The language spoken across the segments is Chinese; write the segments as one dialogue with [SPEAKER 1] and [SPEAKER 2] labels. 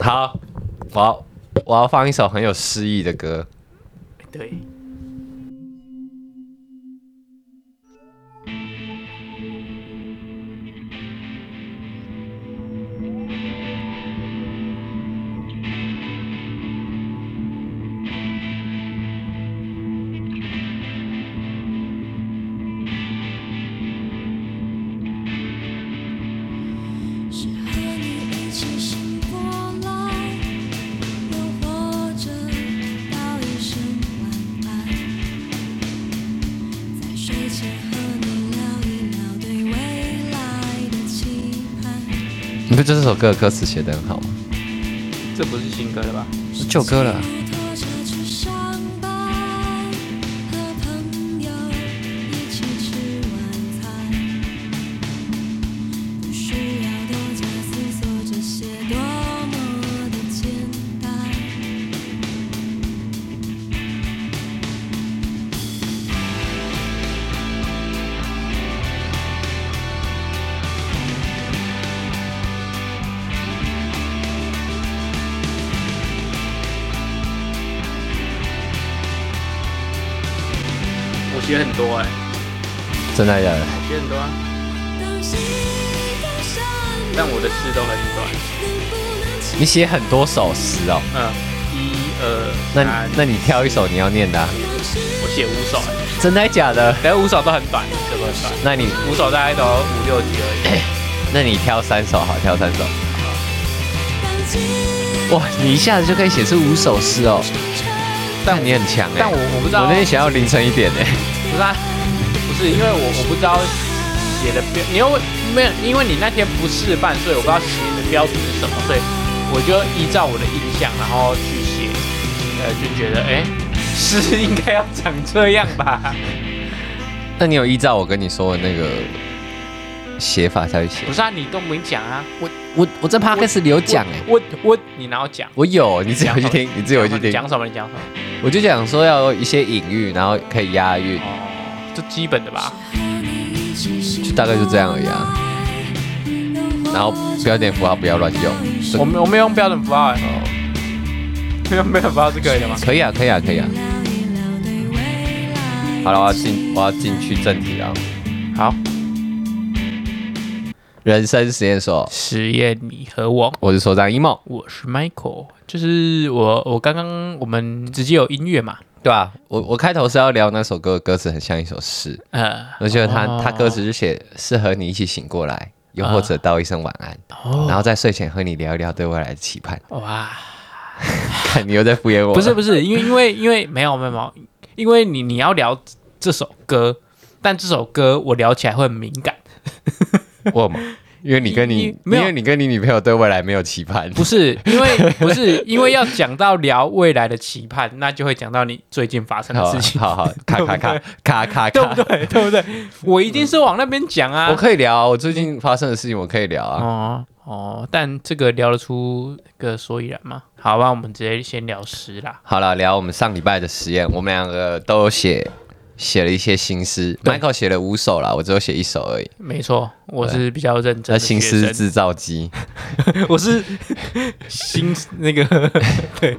[SPEAKER 1] 好，我要我要放一首很有诗意的歌。
[SPEAKER 2] 对，
[SPEAKER 3] 是和你一起醒过来，又或者道一声晚安，在睡前和你聊一聊对未来的期盼。
[SPEAKER 1] 你不觉得这首歌的歌词写得很好吗？
[SPEAKER 2] 这不是新歌了吧？
[SPEAKER 1] 旧歌了啊，
[SPEAKER 3] 拖着去上班，和朋友一起吃晚餐，不需要多加思索这些多么的简单。
[SPEAKER 2] 我学很多哎、
[SPEAKER 1] 真的假的？
[SPEAKER 2] 我学很多啊，
[SPEAKER 3] 当夕阳山
[SPEAKER 2] 但我的诗都很短。
[SPEAKER 3] 能不能
[SPEAKER 1] 你写很多首诗哦，
[SPEAKER 2] 嗯，一二
[SPEAKER 1] 那
[SPEAKER 2] 三，
[SPEAKER 1] 那你挑一首你要念的、啊，
[SPEAKER 2] 我写五首、欸，
[SPEAKER 1] 真的假的？
[SPEAKER 2] 可是五首都很短，这么短，
[SPEAKER 1] 那你
[SPEAKER 2] 五首大概都五六集 而
[SPEAKER 1] 那你挑三首好，挑三首。
[SPEAKER 3] 当夕
[SPEAKER 1] 哇，你一下子就可以写出五首诗哦，但你很强哎、
[SPEAKER 2] 已。但我我不知道，
[SPEAKER 1] 我那天写到凌晨一点哎、
[SPEAKER 2] 不是啊，不是因为我我不知道写的标，你又没有，因为你那天不示范，所以我不知道写的标题是什么，所以我就依照我的印象，然后去写，呃，就觉得哎，诗、应该要长这样吧？
[SPEAKER 1] 那你有依照我跟你说的那个写法下去写
[SPEAKER 2] 不？是啊，你都没讲啊，
[SPEAKER 1] 我我我在 podcast 里有讲哎、
[SPEAKER 2] 我我你哪有讲？
[SPEAKER 1] 我有，你自己回去听，你自己回去
[SPEAKER 2] 讲
[SPEAKER 1] 听。
[SPEAKER 2] 什么？你讲什么？
[SPEAKER 1] 我就讲说要有一些隐喻，然后可以押韵，
[SPEAKER 2] 哦，这基本的吧。
[SPEAKER 1] 就大概就这样而已啊。然后标点符号不要乱用，这
[SPEAKER 2] 我们我们用标准符号、欸，用标准符号是可以的吗？
[SPEAKER 1] 可以啊，可以啊，可以啊。
[SPEAKER 3] 聊一聊对未来
[SPEAKER 1] 好了，我要进，我要进去正题了。
[SPEAKER 2] 好，
[SPEAKER 1] 人生实验所，
[SPEAKER 2] 实验你和我。
[SPEAKER 1] 我是所长一梦，
[SPEAKER 2] 我是 Michael，就是我，我刚刚我们直接有音乐嘛，
[SPEAKER 1] 对吧、我我开头是要聊那首歌的歌词很像一首诗，
[SPEAKER 2] 呃，
[SPEAKER 1] 我觉得他、
[SPEAKER 2] 哦
[SPEAKER 1] 他歌词就写适合你一起醒过来，又或者道一声晚安，
[SPEAKER 2] 啊
[SPEAKER 1] 然后在睡前和你聊一聊对未来的期盼。
[SPEAKER 2] 哇，
[SPEAKER 1] 看你又在敷衍我，
[SPEAKER 2] 不是不是，因为因为因为没有没有没有，因为你你要聊这首歌，但这首歌我聊起来会很敏感，
[SPEAKER 1] 我嘛？因为你跟
[SPEAKER 2] 你
[SPEAKER 1] 你，因
[SPEAKER 2] 没有
[SPEAKER 1] 为你跟你女朋友对未来没有期盼，
[SPEAKER 2] 不是因为不是因为要讲到聊未来的期盼，那就会讲到你最近发生的
[SPEAKER 1] 好啊
[SPEAKER 2] 事情，
[SPEAKER 1] 好 好，咔咔咔咔咔
[SPEAKER 2] 对不
[SPEAKER 1] 咔，
[SPEAKER 2] 对？对不对？我一定是往那边讲啊
[SPEAKER 1] 我，可以聊啊，我最近发生的事情我可以聊啊。
[SPEAKER 2] 哦哦，但这个聊得出个所以然吗？好吧，我们直接先聊诗啦。
[SPEAKER 1] 好了，聊我们上礼拜的实验，我们两个都有写写了一些新诗
[SPEAKER 2] 对
[SPEAKER 1] ，Michael 写了五首啦，我只有写一首而已。
[SPEAKER 2] 没错，我是比较认真
[SPEAKER 1] 那
[SPEAKER 2] 的
[SPEAKER 1] 新
[SPEAKER 2] 学
[SPEAKER 1] 诗
[SPEAKER 2] 生，
[SPEAKER 1] 制造机，
[SPEAKER 2] 我是新那个 对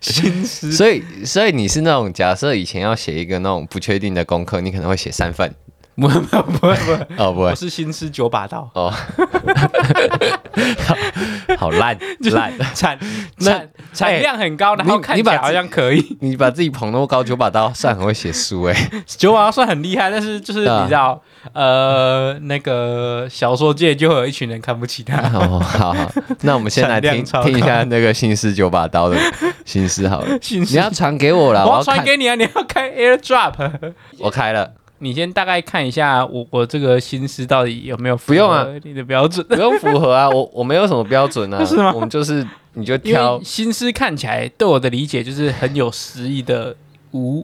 [SPEAKER 2] 新诗，
[SPEAKER 1] 所以所以你是那种假设以前要写一个那种不确定的功课，你可能会写三 份
[SPEAKER 2] 不不不 不，
[SPEAKER 1] 哦，不
[SPEAKER 2] 我
[SPEAKER 1] 会
[SPEAKER 2] 是新诗九把刀，
[SPEAKER 1] 哦， 好 烂烂，
[SPEAKER 2] 产
[SPEAKER 1] 那
[SPEAKER 2] 产产量很高，然后
[SPEAKER 1] 你
[SPEAKER 2] 看
[SPEAKER 1] 你
[SPEAKER 2] 起
[SPEAKER 1] 把
[SPEAKER 2] 来好像可以，
[SPEAKER 1] 你把自己捧那么高，九把刀算很会写书哎、
[SPEAKER 2] 九把刀算很厉害，但是就是
[SPEAKER 1] 啊
[SPEAKER 2] 你知道，呃，那个小说界就会有一群人看不起 他。
[SPEAKER 1] 哦，好好，那我们先来
[SPEAKER 2] 产量
[SPEAKER 1] 听
[SPEAKER 2] 超高
[SPEAKER 1] 听一下那个新诗九把刀的新诗好了，
[SPEAKER 2] 新
[SPEAKER 1] 你
[SPEAKER 2] 诗
[SPEAKER 1] 要传给我啦，
[SPEAKER 2] 我
[SPEAKER 1] 我
[SPEAKER 2] 要
[SPEAKER 1] 要
[SPEAKER 2] 传
[SPEAKER 1] 看，
[SPEAKER 2] 给你啊！ 你要开 AirDrop，
[SPEAKER 1] 我开了。
[SPEAKER 2] 你先大概看一下我我这个新诗到底有没有符
[SPEAKER 1] 不用啊
[SPEAKER 2] 合你的标准。
[SPEAKER 1] 不用符合啊，我我没有什么标准啊，
[SPEAKER 2] 是吗
[SPEAKER 1] 我们就是你就
[SPEAKER 2] 因
[SPEAKER 1] 挑
[SPEAKER 2] 为，新诗看起来对我的理解就是很有诗意的无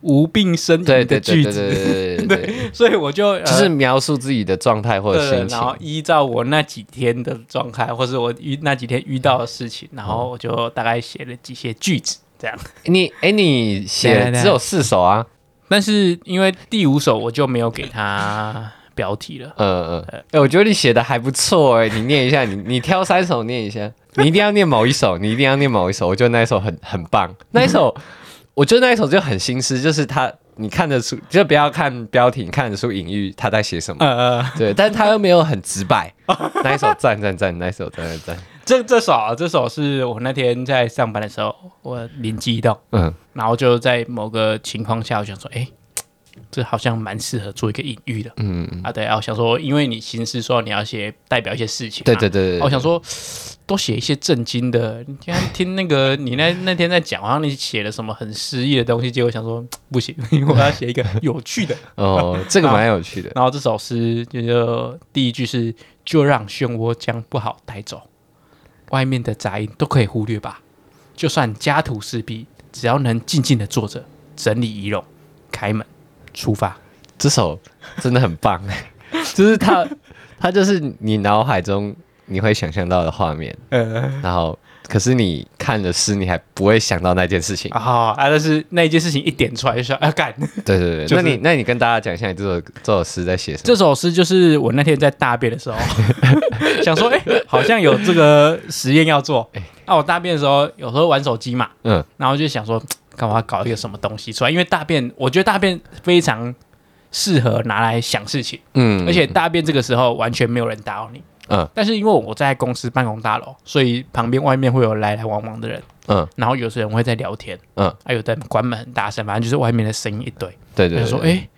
[SPEAKER 2] 无病呻
[SPEAKER 1] 对
[SPEAKER 2] 吟
[SPEAKER 1] 对对
[SPEAKER 2] 的句
[SPEAKER 1] 对
[SPEAKER 2] 子，
[SPEAKER 1] 对对对对，
[SPEAKER 2] 所以我就、呃、
[SPEAKER 1] 就是描述自己的状态或者
[SPEAKER 2] 对
[SPEAKER 1] 心
[SPEAKER 2] 然后
[SPEAKER 1] 情。
[SPEAKER 2] 依照我那几天的状态，或是我遇那几天遇到的事情，然后我就大概写了几些句子这样。
[SPEAKER 1] 你哎，你
[SPEAKER 2] 等一
[SPEAKER 1] 写
[SPEAKER 2] 下
[SPEAKER 1] 只有四首啊？
[SPEAKER 2] 但是因为第五首我就没有给他标题了。
[SPEAKER 1] 嗯嗯，哎、我觉得你写的还不错哎、你念一下，你 你挑三首念一下，你一定要念某一首，你一定要念某一首，我觉得那一首很很棒，那一首， 我觉得那一首就很心思，就是他，你看得出，就不要看标题，你看得出隐喻他在写什么，
[SPEAKER 2] 呃，
[SPEAKER 1] 对，但他又没有很直白，那一首赞赞赞，那一首赞赞赞，
[SPEAKER 2] 这这首啊，这首是我那天在上班的时候，我灵机一动，
[SPEAKER 1] 嗯
[SPEAKER 2] 然后就在某个情况下，我想说，哎，这好像蛮适合做一个隐喻的。
[SPEAKER 1] 嗯，嗯
[SPEAKER 2] 啊，对啊，我想说，因为你行诗说你要写代表一些事情嘛，
[SPEAKER 1] 对对对对
[SPEAKER 2] 啊我想说，多写一些震惊的。你今天听那个，你 那那天在讲，好像你写了什么很诗意的东西，结果想说不行， 我要写一个有趣的。
[SPEAKER 1] 哦，这个蛮有趣的，
[SPEAKER 2] 然后这首诗就是第一句是“就让漩涡将不好带走，外面的杂音都可以忽略吧。就算家徒四壁，只要能静静的坐着，整理仪容，开门，出发。
[SPEAKER 1] 这首真的很棒，欸就是 它，它就是你脑海中你会想象到的画面，
[SPEAKER 2] 呃，
[SPEAKER 1] 然后可是你看了诗，你还不会想到那件事情。
[SPEAKER 2] 啊啊！但是那一件事情一点出来就说啊干。
[SPEAKER 1] 对对对，
[SPEAKER 2] 就
[SPEAKER 1] 那
[SPEAKER 2] 是
[SPEAKER 1] 你那你跟大家讲一下你这首这首诗在写什么？
[SPEAKER 2] 这首诗就是我那天在大便的时候， 想说，哎、好像有这个实验要做。那、我大便的时候，有时候玩手机嘛，
[SPEAKER 1] 嗯
[SPEAKER 2] 然后就想说，干嘛搞一个什么东西出来？因为大便，我觉得大便非常适合拿来想事情，
[SPEAKER 1] 嗯
[SPEAKER 2] 而且大便这个时候完全没有人打扰你。
[SPEAKER 1] 嗯
[SPEAKER 2] 但是因为我在公司办公大楼，所以旁边外面会有来来往往的人，
[SPEAKER 1] 嗯
[SPEAKER 2] 然后有些人会在聊天，啊
[SPEAKER 1] 嗯，
[SPEAKER 2] 还有在关门很大声，反正就是外面的声音一堆。
[SPEAKER 1] 对对
[SPEAKER 2] 他
[SPEAKER 1] 对，
[SPEAKER 2] 说：“哎、
[SPEAKER 1] 对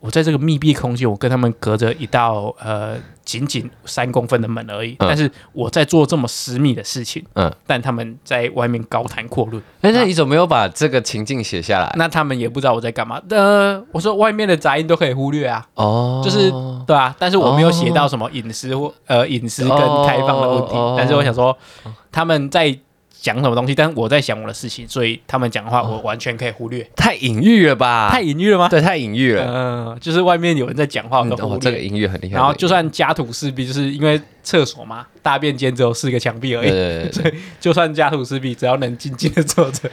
[SPEAKER 2] 我在这个密闭空间，我跟他们隔着一道呃仅仅三公分的门而已，但是我在做这么私密的事情，
[SPEAKER 1] 嗯，
[SPEAKER 2] 但他们在外面高谈阔论，
[SPEAKER 1] 哎，那你怎么没有把这个情境写下来？
[SPEAKER 2] 那他们也不知道我在干嘛。呃，我说外面的杂音都可以忽略啊，
[SPEAKER 1] 哦，
[SPEAKER 2] 就是对啊，但是我没有写
[SPEAKER 1] 哦
[SPEAKER 2] 到什么隐私或呃隐私跟开放的问题，
[SPEAKER 1] 哦哦哦
[SPEAKER 2] 但是我想说他们在。”讲什么东西？但我在想我的事情，所以他们讲的
[SPEAKER 1] 哦
[SPEAKER 2] 话我完全可以忽略。
[SPEAKER 1] 太隐喻了吧？呃
[SPEAKER 2] 太隐喻了吗？
[SPEAKER 1] 啊对，太隐喻了。
[SPEAKER 2] 嗯、就是外面有人在讲话，我
[SPEAKER 1] 嗯
[SPEAKER 2] 都忽
[SPEAKER 1] 哦这
[SPEAKER 2] 略。，
[SPEAKER 1] 个隐喻很厉害。
[SPEAKER 2] 然后就算家徒四壁，就是因为厕所嘛，大便间只有四个墙壁而
[SPEAKER 1] 对
[SPEAKER 2] 已。
[SPEAKER 1] 对对对，
[SPEAKER 2] 所以就算家徒四壁，只要能静静的坐着，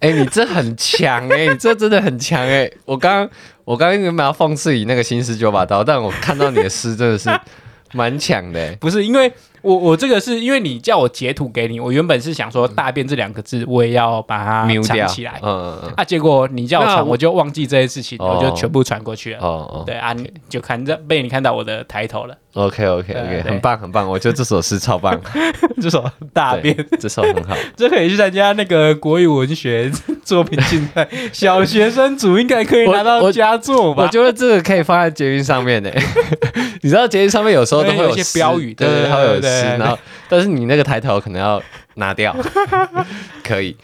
[SPEAKER 1] 哎，你这很强哎， 你这真的很强哎！我刚我刚原本要讽刺你那个新诗九把刀，但我看到你的诗真的是蛮强的哎。
[SPEAKER 2] 不是因为我我这个是因为你叫我截图给你，我原本是想说“大便”这两个字，我也要把它
[SPEAKER 1] 瞄掉
[SPEAKER 2] 藏起来
[SPEAKER 1] 嗯嗯嗯，
[SPEAKER 2] 啊。结果你叫我
[SPEAKER 1] 那
[SPEAKER 2] 传，
[SPEAKER 1] 我
[SPEAKER 2] 我就忘记这件事情，
[SPEAKER 1] 哦
[SPEAKER 2] 我就全部传过去了。
[SPEAKER 1] 哦
[SPEAKER 2] 对啊，你就看这被你看到我的抬头了，
[SPEAKER 1] 哦，OK OK
[SPEAKER 2] 对
[SPEAKER 1] OK，
[SPEAKER 2] 对
[SPEAKER 1] 很棒很棒，我觉得这首诗超 棒，
[SPEAKER 2] 这首大
[SPEAKER 1] 对
[SPEAKER 2] 便，
[SPEAKER 1] 这首很好。
[SPEAKER 2] 这可以去参加那个国语文学作品竞赛，小学生组应该可以
[SPEAKER 1] 我
[SPEAKER 2] 拿到
[SPEAKER 1] 我
[SPEAKER 2] 佳作 吧？
[SPEAKER 1] 我觉得这个可以放在捷运上面呢， 你知道捷运上面有时候都会
[SPEAKER 2] 有一些
[SPEAKER 1] 诗
[SPEAKER 2] 标语
[SPEAKER 1] 对
[SPEAKER 2] 对
[SPEAKER 1] 对，它会有
[SPEAKER 2] 对对
[SPEAKER 1] 诗，
[SPEAKER 2] 对
[SPEAKER 1] 然后但是你那个抬头可能要拿 掉，可以，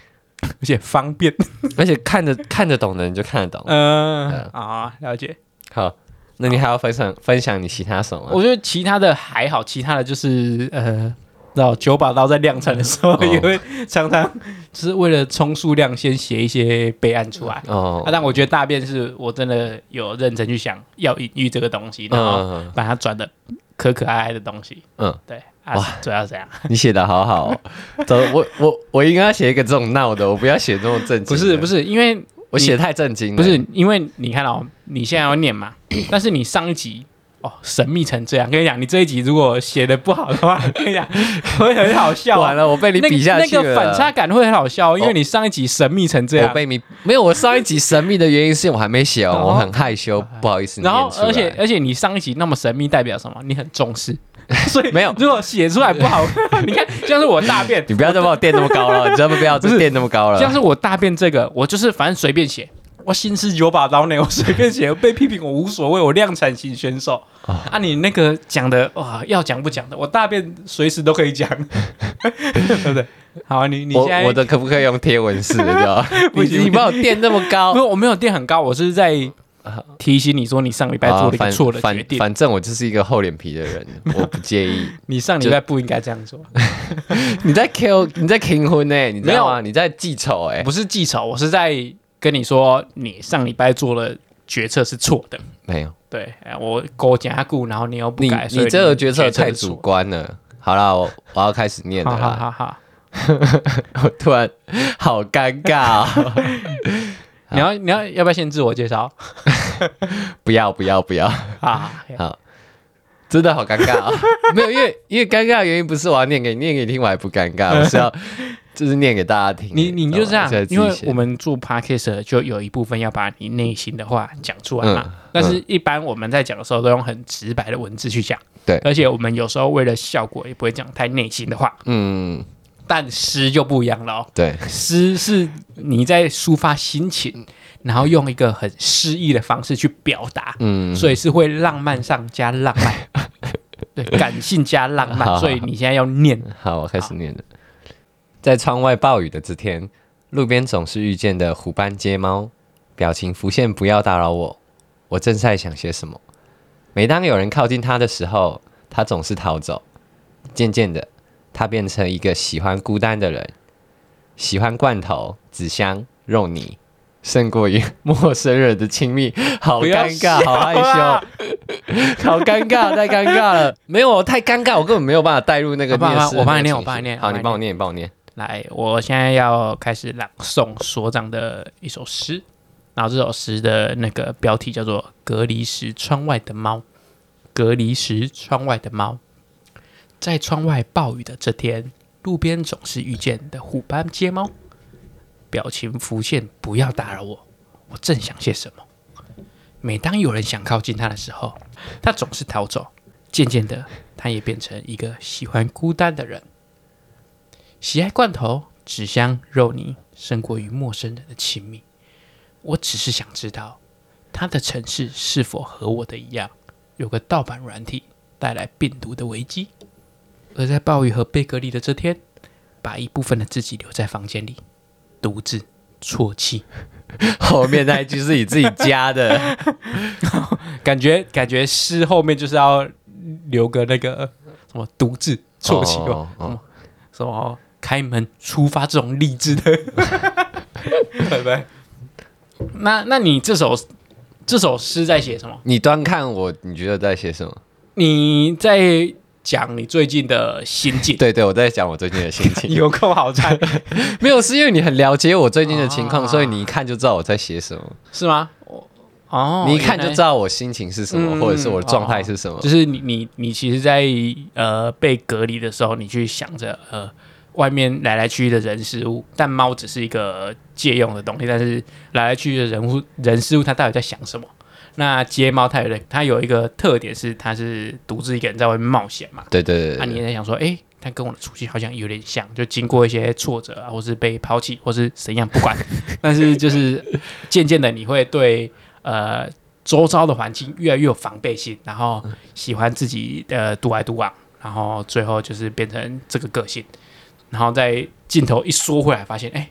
[SPEAKER 2] 而且方便。
[SPEAKER 1] 而且看得看得懂的人就看得懂。
[SPEAKER 2] 嗯啊，了解。
[SPEAKER 1] 好，那你还要分享分享你其他什么？
[SPEAKER 2] 我觉得其他的还好，其他的就是呃，然后九把刀在量产的时候
[SPEAKER 1] 哦
[SPEAKER 2] 也会常常就是为了冲数量先写一些备案出来。
[SPEAKER 1] 哦
[SPEAKER 2] 啊，，但我觉得大便是我真的有认真去想要隐喻这个东西，然后
[SPEAKER 1] 嗯
[SPEAKER 2] 把它转的可可爱爱的东西。
[SPEAKER 1] 嗯，
[SPEAKER 2] 对啊，主要是这样。
[SPEAKER 1] 你写的好好哦，走，我我我应该要写一个这种闹的，我不要写这种震惊。
[SPEAKER 2] 不是不
[SPEAKER 1] 是，
[SPEAKER 2] 是，因为
[SPEAKER 1] 我写太震惊了。
[SPEAKER 2] 不是，因为你看哦，你现在要念嘛，
[SPEAKER 1] 嗯
[SPEAKER 2] 但是你上一集哦神秘成这样，跟你讲，你这一集如果写的不好的话，跟你讲会很好笑、啊
[SPEAKER 1] 完了，我 被你
[SPEAKER 2] 那个
[SPEAKER 1] 比下去
[SPEAKER 2] 那
[SPEAKER 1] 了。哦
[SPEAKER 2] 个反差感会很好笑，因为你上一集神秘成这
[SPEAKER 1] 我
[SPEAKER 2] 样，
[SPEAKER 1] 被你没有，我上一集神秘的原因是我还没写完，
[SPEAKER 2] 哦
[SPEAKER 1] 我很害 羞，不好意思念
[SPEAKER 2] 然
[SPEAKER 1] 出来。
[SPEAKER 2] 后而且而且你上一集那么神秘，代表什么？你很重视， 所以
[SPEAKER 1] 没有
[SPEAKER 2] 如果写出来不好， 你看像是我大便，
[SPEAKER 1] 你不要再把我垫那么高 了，你真的不要再垫那么高了。
[SPEAKER 2] 像是我大便这个，我就是反正随便写，我心思九把刀呢，我随便写，被批评我无所谓，我量产型选手、
[SPEAKER 1] 哦
[SPEAKER 2] 啊。你那个讲的哇，要讲不讲的，我大便随时都可 以讲，对不对？好，你你现在
[SPEAKER 1] 我我的可不可以用贴文 式的就好？
[SPEAKER 2] 不
[SPEAKER 1] 你
[SPEAKER 2] 行
[SPEAKER 1] 你把我垫那么高
[SPEAKER 2] 不，是我没有垫很高，我是在呃提醒你说你上礼拜做了一个
[SPEAKER 1] 哦啊反
[SPEAKER 2] 错的决
[SPEAKER 1] 反
[SPEAKER 2] 定，
[SPEAKER 1] 反正我就是一个厚脸皮的 人，我不介意。
[SPEAKER 2] 你上礼拜不应该这样做，
[SPEAKER 1] 你在 Q 你在 king 婚呢、你知道
[SPEAKER 2] 没
[SPEAKER 1] 吗？你在记仇哎、
[SPEAKER 2] 不是记仇，我是在跟你说你上礼拜做了决策是错的。
[SPEAKER 1] 没有，
[SPEAKER 2] 对，哎我勾加固，然后你又不
[SPEAKER 1] 你
[SPEAKER 2] 改，所以
[SPEAKER 1] 你这个决策
[SPEAKER 2] 策
[SPEAKER 1] 太
[SPEAKER 2] 是错
[SPEAKER 1] 主观了。好啦，我我要开始念了
[SPEAKER 2] 好
[SPEAKER 1] 啦。
[SPEAKER 2] 好好好，
[SPEAKER 1] 我突然好尴尬、哦。
[SPEAKER 2] 你要你要要不要先自我 介绍
[SPEAKER 1] 不要不要不要，
[SPEAKER 2] 啊？
[SPEAKER 1] 真的好尴尬啊、 没有，因为因为尴尬的原因不是我要念给你念给你听，我还不尴 尬，我是要就是念给大家听。
[SPEAKER 2] 你你就这样
[SPEAKER 1] 懂吗，
[SPEAKER 2] 因为我。
[SPEAKER 1] 现在自己写
[SPEAKER 2] 们做 podcast 就有一部分要把你内心的话讲出来嘛。
[SPEAKER 1] 嗯
[SPEAKER 2] 但是一般我们在讲的时候都用很直白的文字去讲，
[SPEAKER 1] 对
[SPEAKER 2] 而且我们有时候为了效果也不会讲太内心的话，
[SPEAKER 1] 嗯，
[SPEAKER 2] 但诗就不一样了 哦。
[SPEAKER 1] 对
[SPEAKER 2] 诗是你在抒发心情，然后用一个很诗意的方式去表达，嗯，所以是会浪漫上加浪 漫，对，感性加浪
[SPEAKER 1] 好
[SPEAKER 2] 漫，
[SPEAKER 1] 好
[SPEAKER 2] 所以你现在要念
[SPEAKER 1] 好，我开始念了。在窗外暴雨的这天，路边总是遇见的虎斑街猫，表情浮现“不要打扰我”。我正在想些什么，每当有人靠近它的时候，它总是逃走。渐渐的，它变成一个喜欢孤单的人，喜欢罐头、纸箱、肉泥，胜过于 陌生人的亲密。好
[SPEAKER 2] 不要
[SPEAKER 1] 尴尬，
[SPEAKER 2] 笑
[SPEAKER 1] 好害
[SPEAKER 2] 啦
[SPEAKER 1] 羞， 好尴尬，太尴尬了。没有，我太尴尬，我根本没有办法带入那个
[SPEAKER 2] 我帮
[SPEAKER 1] 面试的
[SPEAKER 2] 我帮
[SPEAKER 1] 那个
[SPEAKER 2] 你念
[SPEAKER 1] 情
[SPEAKER 2] 我帮你
[SPEAKER 1] 绪
[SPEAKER 2] 念
[SPEAKER 1] 好，
[SPEAKER 2] 我帮
[SPEAKER 1] 你
[SPEAKER 2] 你
[SPEAKER 1] 帮我念，你帮我 念。
[SPEAKER 2] 来，我现在要开始朗诵所长的一首诗，然后这首诗的那个标题叫做《隔离时窗外的猫》。隔离时窗外的猫，在窗外暴雨的这天，路边总是遇见的虎斑街猫，表情浮现“不要打扰我”，我正想些什么。每当有人想靠近它的时候，它总是逃走。渐渐的，它也变成一个喜欢孤单的人。喜爱罐头、纸箱、肉泥，胜过于陌生人的亲密。我只是想知道，他的城市是否和我的一样，有个盗版软体带来病毒的危机。而在暴雨和被隔离的这天，把一部分的自己留在房间里，独自啜泣，
[SPEAKER 1] 后面那一句是你自己加的，
[SPEAKER 2] 感觉感觉诗后面就是要留个那个什么独自啜泣吧，
[SPEAKER 1] 哦哦
[SPEAKER 2] 什么开门出发这种励志的， 拜拜。那那你这首这首诗在写什么？
[SPEAKER 1] 你端看我，你觉得在写什 么？
[SPEAKER 2] 你在讲你最近的心境，
[SPEAKER 1] 对对，我在讲我最近的心 情。
[SPEAKER 2] 有够好猜
[SPEAKER 1] 没有，是因为你很了解我最近的情况，
[SPEAKER 2] 啊
[SPEAKER 1] 所以你一看就知道我在写什么，
[SPEAKER 2] 是吗？我哦，
[SPEAKER 1] 你一看就知
[SPEAKER 2] 道，
[SPEAKER 1] 道我心情是什么，
[SPEAKER 2] 嗯哦
[SPEAKER 1] 或者是我的状态是什么。
[SPEAKER 2] 就是你你你其实在，呃被隔离的时候，你去想着呃外面来来去去的人事物，但猫只是一个借用的东西，但是来来去去的人物人事物，它到底在想什么？那街猫它有点，它有一个特点是，它是独自一个人在外面冒险嘛。
[SPEAKER 1] 对对对对
[SPEAKER 2] 啊，你
[SPEAKER 1] 对，
[SPEAKER 2] 也在想说，哎、它跟我的处境好像有点像，就经过一些挫折啊，或是被抛弃，或是怎样，不管。 但是就是渐渐的，你会对呃周遭的环境越来越有防备心，然后喜欢自己呃独来独往，然后最后就是变成这个个性。然后在镜头一缩回来，发现哎、诶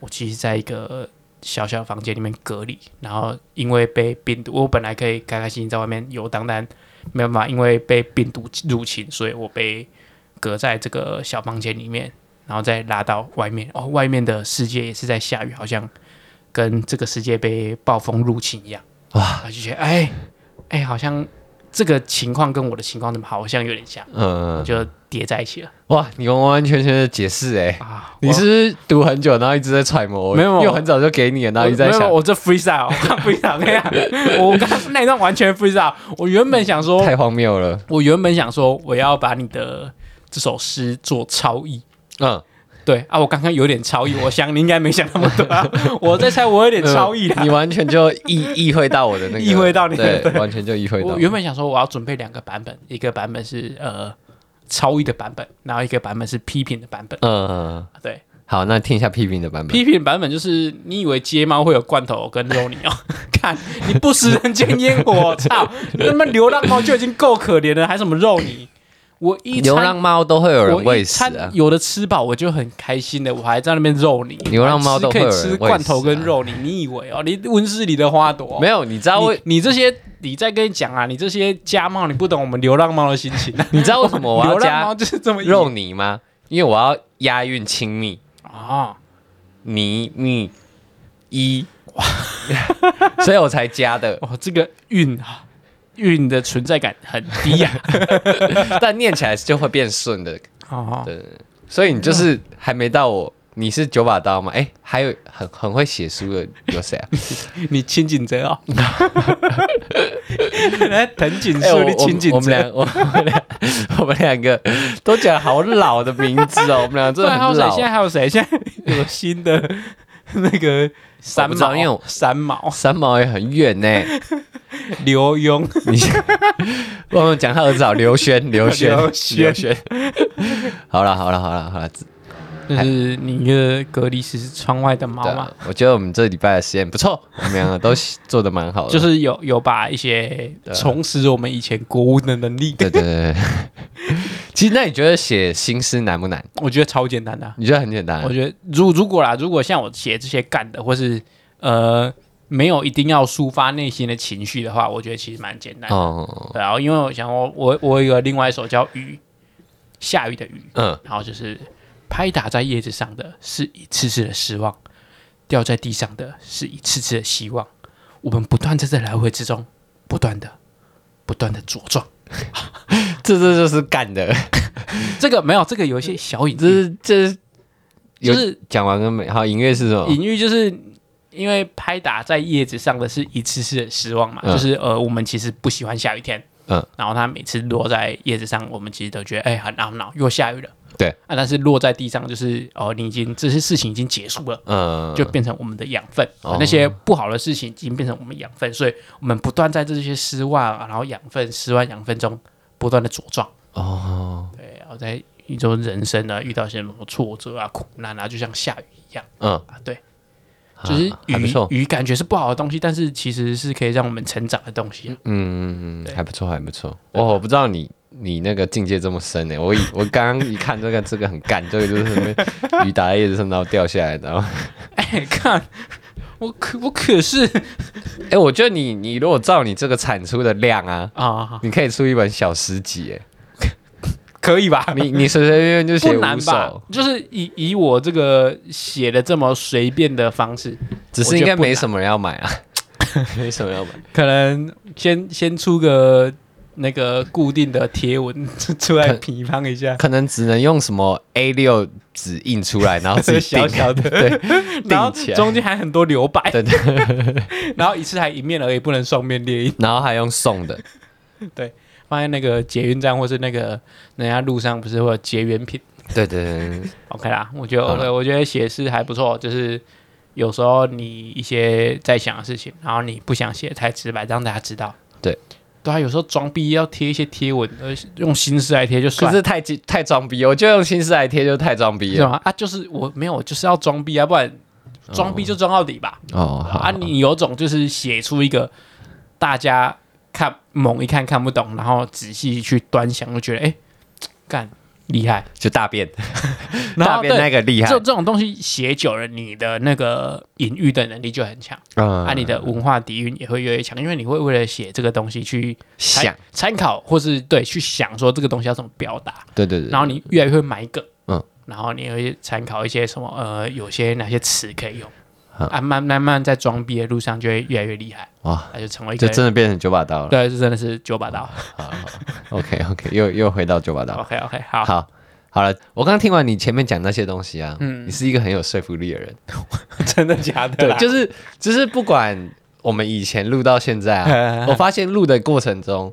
[SPEAKER 2] 我其实在一个小小的房间里面隔离，然后因为被病毒，我本来可以开开心心在外面游荡，但没办法，因为被病毒入侵，所以我被隔在这个小房间里面，然后再拉到外面。哦，外面的世界也是在下雨，好像跟这个世界被暴风入侵一样。
[SPEAKER 1] 哇，
[SPEAKER 2] 我就觉得，哎哎，好像这个情况跟我的情况怎么好像有点像，
[SPEAKER 1] 嗯，
[SPEAKER 2] 就叠在一起了
[SPEAKER 1] 哇，你完完全全的解释哎，
[SPEAKER 2] 啊！
[SPEAKER 1] 你是不是读很久，然后一直在揣摩，
[SPEAKER 2] 没有
[SPEAKER 1] 又很早就给你了，然后一直在
[SPEAKER 2] 没有
[SPEAKER 1] 想，
[SPEAKER 2] 我这 freestyle，我刚 freestyle 那样，我刚那一段完全 freestyle。我原本想说，
[SPEAKER 1] 太荒谬了，
[SPEAKER 2] 我原本想说，我要把你的这首诗做超译，
[SPEAKER 1] 嗯。
[SPEAKER 2] 对啊，我刚刚有点超意，我想你应该没想那么多、 啊，我在猜我有点超意啊啦
[SPEAKER 1] 你。完全就意意会到我的那个，
[SPEAKER 2] 意会到你的
[SPEAKER 1] 对，完全就意会到
[SPEAKER 2] 我。原本想说我要准备两个版本，一个版本是呃超意的版本，然后一个版本是批评的版本。
[SPEAKER 1] 嗯，
[SPEAKER 2] 对，
[SPEAKER 1] 好，那听一下批评的版本。
[SPEAKER 2] 批评版本就是你以为街猫会有罐头跟肉泥哦， 看你不食人间烟 火，操！那么流浪猫就已经够可怜了，还什么肉泥？我一餐
[SPEAKER 1] 流浪猫都会有人
[SPEAKER 2] 我一
[SPEAKER 1] 喂食
[SPEAKER 2] 餐
[SPEAKER 1] 啊，
[SPEAKER 2] 有的吃饱我就很开心的，我还在那边肉泥。
[SPEAKER 1] 流浪猫都
[SPEAKER 2] 可
[SPEAKER 1] 会有
[SPEAKER 2] 以
[SPEAKER 1] 人
[SPEAKER 2] 吃罐头跟肉泥，你以为哦？你温室里的花朵
[SPEAKER 1] 没有，
[SPEAKER 2] 有？
[SPEAKER 1] 你知道为
[SPEAKER 2] 你你这些，你在跟你讲啊，你这些家猫，你不懂我们流浪猫的心情、啊。
[SPEAKER 1] 你知道为什么 我要
[SPEAKER 2] 流浪
[SPEAKER 1] 加
[SPEAKER 2] 猫就是这么
[SPEAKER 1] 肉泥吗？因为我要押韵亲密，
[SPEAKER 2] 啊、
[SPEAKER 1] 泥密 一，所以我才加的。
[SPEAKER 2] 哦！哇，这个韵啊，韵的存在感很低 啊。
[SPEAKER 1] 但念起来就会变顺的，
[SPEAKER 2] 哦，
[SPEAKER 1] 对。所以你就是还没到我你是九把刀吗？哎、还有很很会写书的有谁啊？
[SPEAKER 2] 你亲景泽 哦， 来藤井
[SPEAKER 1] 哎、我
[SPEAKER 2] 树，你
[SPEAKER 1] 我
[SPEAKER 2] 亲景
[SPEAKER 1] 我们
[SPEAKER 2] 泽，
[SPEAKER 1] 俩，我 们俩，我们两个都讲好老的名字哦，我们俩真
[SPEAKER 2] 不
[SPEAKER 1] 的
[SPEAKER 2] 然还
[SPEAKER 1] 很老
[SPEAKER 2] 有谁？啊现。在还有谁？现在有新的 那个三
[SPEAKER 1] 我不知道
[SPEAKER 2] 毛，
[SPEAKER 1] 因为我
[SPEAKER 2] 三毛
[SPEAKER 1] 三毛也很远呢、
[SPEAKER 2] 刘 墉，
[SPEAKER 1] 你我们讲他儿子好，刘 轩，刘轩，
[SPEAKER 2] 刘轩
[SPEAKER 1] 刘轩。好了，好了，好了，好了，
[SPEAKER 2] 就是你的隔离是窗外的猫
[SPEAKER 1] 对
[SPEAKER 2] 嘛
[SPEAKER 1] 啊，，我觉得我们这礼拜的实验不错，我们两个都做的蛮好的。
[SPEAKER 2] 就是有有把一些重拾我们以前国文的能力，
[SPEAKER 1] 啊对对对对。其实，那你觉得写新诗难不难？
[SPEAKER 2] 我觉得超简单的啊。
[SPEAKER 1] 你觉得很简单啊
[SPEAKER 2] 我？觉得如如果啦，如果像我写这些干的，或是呃没有一定要抒发内心的情绪的话，我觉得其实蛮简单的。
[SPEAKER 1] 哦，
[SPEAKER 2] 对啊，因为我想我我我有另外一首叫《雨》，下雨的雨，
[SPEAKER 1] 嗯，
[SPEAKER 2] 然后就是拍打在叶子上的是一次次的失望，掉在地上的是一次次的希望。我们不断在这来回之中，不断的、不断的茁壮。
[SPEAKER 1] 这这就是干的，
[SPEAKER 2] 这个没有，这个有一些小隐
[SPEAKER 1] 这
[SPEAKER 2] 喻，
[SPEAKER 1] 是这是有
[SPEAKER 2] 就是
[SPEAKER 1] 讲完了没？好，音乐是什么？
[SPEAKER 2] 隐喻，就是因为拍打在叶子上的是一次次的失望嘛，
[SPEAKER 1] 嗯
[SPEAKER 2] 就是呃，我们其实不喜欢下雨天，
[SPEAKER 1] 嗯，
[SPEAKER 2] 然后它每次落在叶子上，我们其实都觉得哎、很懊恼，又下雨了。
[SPEAKER 1] 对
[SPEAKER 2] 啊，但是落在地上就是哦，你已经这些事情已经结束了，
[SPEAKER 1] 嗯，
[SPEAKER 2] 就变成我们的养分、
[SPEAKER 1] 哦
[SPEAKER 2] 那些不好的事情已经变成我们养分，所以我们不断在这些失望，啊然后养分、失望、养分中不断的茁壮。
[SPEAKER 1] 哦，
[SPEAKER 2] 对，然后在宇宙人生呢，遇到一些什么挫折啊、苦难啊，就像下雨一样
[SPEAKER 1] 嗯，
[SPEAKER 2] 啊，对，就是
[SPEAKER 1] 啊还不
[SPEAKER 2] 雨、
[SPEAKER 1] 错，
[SPEAKER 2] 雨感觉是不好的东西，但是其实是可以让我们成长的东西啊、
[SPEAKER 1] 嗯嗯嗯，
[SPEAKER 2] 对
[SPEAKER 1] 还不错，还不错。哦，我不知道你你那个境界这么深呢、我以我刚刚一看这个 这个很干，这个就是什么雨打在叶子上然后掉下来，然后
[SPEAKER 2] 哎，看我可我可是
[SPEAKER 1] 哎、我觉得你你如果照你这个产出的量啊，
[SPEAKER 2] 啊，
[SPEAKER 1] 你可以出一本小诗集、 欸，
[SPEAKER 2] 可以吧？
[SPEAKER 1] 你你随随便便就
[SPEAKER 2] 不
[SPEAKER 1] 写
[SPEAKER 2] 难
[SPEAKER 1] 五
[SPEAKER 2] 吧
[SPEAKER 1] 首，？
[SPEAKER 2] 就是以以我这个写的这么随便的方式，
[SPEAKER 1] 只
[SPEAKER 2] 我
[SPEAKER 1] 是
[SPEAKER 2] 觉
[SPEAKER 1] 应
[SPEAKER 2] 得
[SPEAKER 1] 该
[SPEAKER 2] 不
[SPEAKER 1] 没
[SPEAKER 2] 难
[SPEAKER 1] 什么人要买啊， 没什么人要买。
[SPEAKER 2] 可能先先出个那个固定的贴文出来批判一 下，
[SPEAKER 1] 可能只能用什么 A 六纸印出来，然后 自己
[SPEAKER 2] 小小的
[SPEAKER 1] 对，
[SPEAKER 2] 然后
[SPEAKER 1] 定起来
[SPEAKER 2] 中间还很多留白，
[SPEAKER 1] 对对，
[SPEAKER 2] 然后一次还一面而已，不能双面列印，
[SPEAKER 1] 然后还用送的，
[SPEAKER 2] 放在那个捷运站或是那个人家路上不是会有结缘品
[SPEAKER 1] 对对对 对
[SPEAKER 2] ，OK 啦，我觉得
[SPEAKER 1] 好
[SPEAKER 2] OK，我觉得写诗还不错，就是。有时候你一些在想的事情，然后你不想写得太直白，让大家知道。
[SPEAKER 1] 对，
[SPEAKER 2] 对啊，有时候装逼要贴一些贴文，呃，用心思来贴就
[SPEAKER 1] 可
[SPEAKER 2] 算了。
[SPEAKER 1] 是太鸡太装逼，我觉得用心思来贴就太装逼
[SPEAKER 2] 是
[SPEAKER 1] 了。
[SPEAKER 2] 吗？啊，就是我没有，我就是要装逼啊，不然装逼就装到底吧。
[SPEAKER 1] 哦，嗯好
[SPEAKER 2] 啊，你有种就是写出一个大家看猛一看看不懂，然后仔细去端详，就觉得哎，干厉害。
[SPEAKER 1] 就大 便，
[SPEAKER 2] 然
[SPEAKER 1] 大
[SPEAKER 2] 后
[SPEAKER 1] 便那
[SPEAKER 2] 对，
[SPEAKER 1] 个厉
[SPEAKER 2] 这
[SPEAKER 1] 害，
[SPEAKER 2] 这种东西写久了，你的那个隐喻的能力就很强，
[SPEAKER 1] 嗯
[SPEAKER 2] 啊，你的文化底蕴也会越来越强，因为你会为了写这个东西去参
[SPEAKER 1] 想，
[SPEAKER 2] 参考，或是对去想说这个东西要怎么表达。
[SPEAKER 1] 对对对，
[SPEAKER 2] 然后你越来越会买梗，
[SPEAKER 1] 嗯
[SPEAKER 2] 嗯，然后你会参考一些什么呃，有些哪些词可以用，
[SPEAKER 1] 嗯
[SPEAKER 2] 啊，慢慢慢在装逼的路上就会越来越厉害，
[SPEAKER 1] 哇，
[SPEAKER 2] 那就成为一
[SPEAKER 1] 就
[SPEAKER 2] 个
[SPEAKER 1] 真的变成九把刀了。
[SPEAKER 2] 对，这真的是九把 刀。
[SPEAKER 1] OK OK，又又回到九把刀。
[SPEAKER 2] OK OK，好，
[SPEAKER 1] 好，好了，我刚刚听完你前面讲那些东西啊，
[SPEAKER 2] 嗯
[SPEAKER 1] 你是一个很有说服力的 人。
[SPEAKER 2] 真的假的
[SPEAKER 1] 对
[SPEAKER 2] 啦？，，
[SPEAKER 1] 就是只、就是不管我们以前录到现在啊 我发现录的过程中，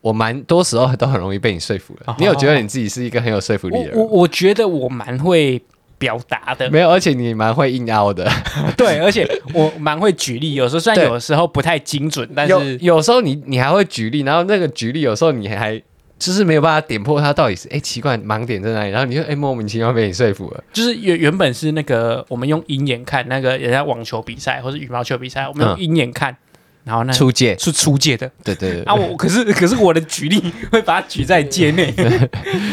[SPEAKER 1] 我蛮多时候都很容易被你说服了
[SPEAKER 2] 哦。
[SPEAKER 1] 你有觉得你自己是一个很有说服力的
[SPEAKER 2] 我
[SPEAKER 1] 人
[SPEAKER 2] 我
[SPEAKER 1] 吗？
[SPEAKER 2] 我觉得我蛮会表达的，
[SPEAKER 1] 没有，而且你蛮会硬凹的。
[SPEAKER 2] 对，而且我蛮会举例，有时候虽然
[SPEAKER 1] 对
[SPEAKER 2] 有时候不太精准，但
[SPEAKER 1] 有
[SPEAKER 2] 是
[SPEAKER 1] 有时候你你还会举例，然后那个举例有时候你还就是没有办法点破它到底是哎奇怪盲点在哪里，然后你就哎莫名其妙被你说服了。
[SPEAKER 2] 就是原原本是那个我们用鹰眼看那个人家网球比赛或者羽毛球比赛，我们用
[SPEAKER 1] 嗯
[SPEAKER 2] 鹰眼看，然后那
[SPEAKER 1] 出界，
[SPEAKER 2] 是出界的。
[SPEAKER 1] 对对对
[SPEAKER 2] 啊，，我可是可是我的举例会把它举在 界内，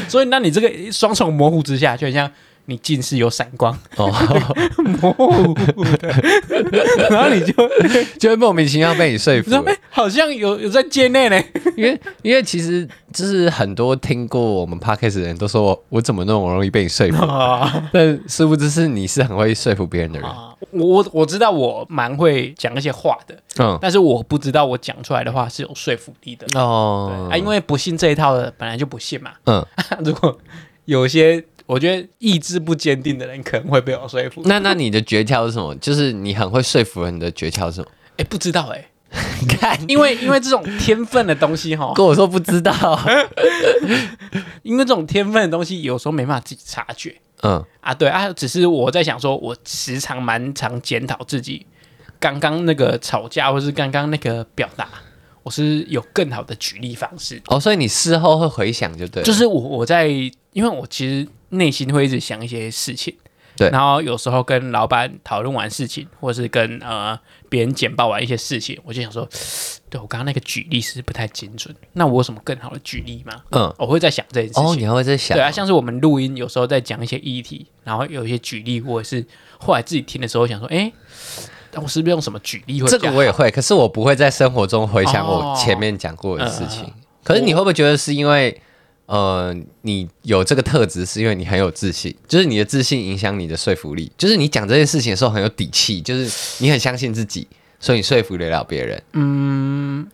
[SPEAKER 2] 所以那你这个双重模糊之下，就很像你近视有散光，
[SPEAKER 1] 哦，
[SPEAKER 2] 模糊的，然后你就
[SPEAKER 1] 就会莫名其妙被你说服
[SPEAKER 2] 你说
[SPEAKER 1] 了
[SPEAKER 2] 哎、。好像有有在界内呢，
[SPEAKER 1] 因为因为其实就是很多听过我们 podcast 的人都说我我怎么那么容易被你说 服，
[SPEAKER 2] 啊
[SPEAKER 1] 但殊不知是你是很会说服别人的人。
[SPEAKER 2] 啊，我我知道我蛮会讲一些话的，
[SPEAKER 1] 嗯，
[SPEAKER 2] 但是我不知道我讲出来的话是有说服力的，对
[SPEAKER 1] 哦
[SPEAKER 2] 啊，因为不信这一套的本来就不信嘛，
[SPEAKER 1] 嗯
[SPEAKER 2] 如果有些我觉得意志不坚定的人可能会被我说服。
[SPEAKER 1] 那那你的诀窍是什么？就是你很会说服人的诀窍是什么？
[SPEAKER 2] 哎，不知道哎、
[SPEAKER 1] 看，
[SPEAKER 2] 因为因为这种天分的东西哈，
[SPEAKER 1] 跟我说不知道。
[SPEAKER 2] 因为这种天分的东西有时候没办法自己察觉
[SPEAKER 1] 嗯，
[SPEAKER 2] 啊。对啊，只是我在想说，我时常蛮常检讨自己，刚刚那个吵架或是刚刚那个表达，我是有更好的举例方式。
[SPEAKER 1] 哦，所以你事后会回想就对了，
[SPEAKER 2] 就是我我在，因为我其实内心会一直想一些事情，
[SPEAKER 1] 对
[SPEAKER 2] 然后有时候跟老板讨论完事情，或是跟呃别人简报完一些事情，我就想说，对我刚刚那个举例是不是不太精准，那我有什么更好的举例吗？
[SPEAKER 1] 嗯，
[SPEAKER 2] 我会在想这件事情。
[SPEAKER 1] 哦，你还会在想，
[SPEAKER 2] 对啊，像是我们录音有时候在讲一些议题，然后有一些举例，或者是后来自己听的时候想说，哎，那我是不是用什么举例会比
[SPEAKER 1] 这
[SPEAKER 2] 较
[SPEAKER 1] 个
[SPEAKER 2] 好
[SPEAKER 1] 我也会，可是我不会在生活中回想
[SPEAKER 2] 哦
[SPEAKER 1] 我前面讲过的事情。
[SPEAKER 2] 嗯
[SPEAKER 1] 可是你会不会觉得是因为，呃，你有这个特质，是因为你很有自信，就是你的自信影响你的说服力，就是你讲这件事情的时候很有底气，就是你很相信自己，所以你说服得了别 人。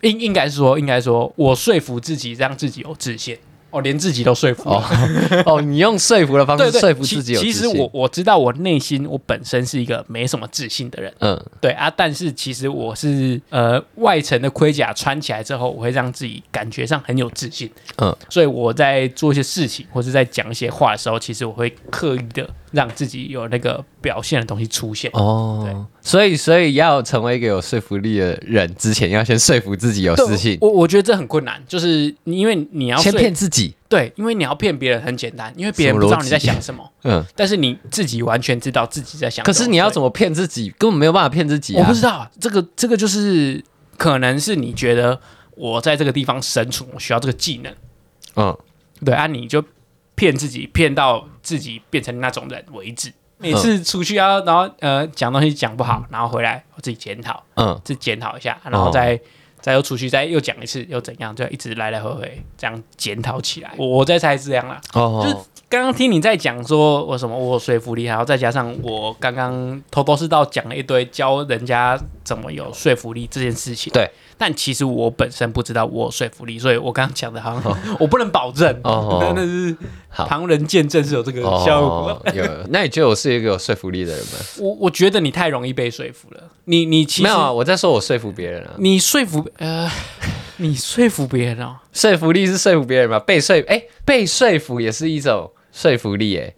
[SPEAKER 2] 应应该说，应该说我说服自己，让自己有自信。哦，连自己都说服了。
[SPEAKER 1] 哦哦，你用说服的方
[SPEAKER 2] 对
[SPEAKER 1] 式
[SPEAKER 2] 对，
[SPEAKER 1] 说服自己有
[SPEAKER 2] 其
[SPEAKER 1] 自
[SPEAKER 2] 其实
[SPEAKER 1] 信。
[SPEAKER 2] 我我知道，我内心我本身是一个没什么自信的人，
[SPEAKER 1] 嗯，
[SPEAKER 2] 对啊，但是其实我是呃外层的盔甲穿起来之后，我会让自己感觉上很有自信，
[SPEAKER 1] 嗯，
[SPEAKER 2] 所以我在做一些事情或是在讲一些话的时候，其实我会刻意的让自己有那个表现的东西出现。
[SPEAKER 1] 哦，所以所以要成为一个有说服力的人之前，要先说服自己有
[SPEAKER 2] 对
[SPEAKER 1] 自信，
[SPEAKER 2] 我我觉得这很困难，就是你因为你要
[SPEAKER 1] 先
[SPEAKER 2] 说
[SPEAKER 1] 骗自己。
[SPEAKER 2] 对，因为你要骗别人很简单，因为
[SPEAKER 1] 什
[SPEAKER 2] 别人
[SPEAKER 1] 么
[SPEAKER 2] 不知道
[SPEAKER 1] 逻
[SPEAKER 2] 你在
[SPEAKER 1] 辑
[SPEAKER 2] 想什么，
[SPEAKER 1] 嗯，
[SPEAKER 2] 但是你自己完全知道自己在想什
[SPEAKER 1] 可
[SPEAKER 2] 么。
[SPEAKER 1] 是你要
[SPEAKER 2] 所以
[SPEAKER 1] 怎么骗自己？根本没有办法骗自己啊！
[SPEAKER 2] 我不知道这个这个就是可能是你觉得我在这个地方生存，我需要这个技能，
[SPEAKER 1] 嗯，
[SPEAKER 2] 对啊，你就骗自己，骗到自己变成那种人为止。每次出去啊，然后呃讲东西讲不好，然后回来哦我自己检讨，
[SPEAKER 1] 嗯，
[SPEAKER 2] 自己检讨一下，然后再、再又出去，再又讲一次，又怎样，就一直来来回回这样检讨起来。我我在猜是这样啦，就是
[SPEAKER 1] 哦，
[SPEAKER 2] 刚刚听你在讲说我什么我有说服力，然后再加上我刚刚头头是道讲了一堆教人家怎么有说服力这件事情。
[SPEAKER 1] 对，
[SPEAKER 2] 但其实我本身不知道我有说服力，所以我刚刚讲的好像、 我不能保证，
[SPEAKER 1] 哦
[SPEAKER 2] 但那是
[SPEAKER 1] 好
[SPEAKER 2] 旁人见证是有这个效果。
[SPEAKER 1] 哦，有。那你觉得我是一个有说服力的人吗？
[SPEAKER 2] 我我觉得你太容易被说服了，你你其实
[SPEAKER 1] 没有啊，我在说我说服别人啊。
[SPEAKER 2] 你说服呃， 你说服别人哦，
[SPEAKER 1] 说服力是说服别人嘛？被说，哎，被说服也是一种说服力，哎，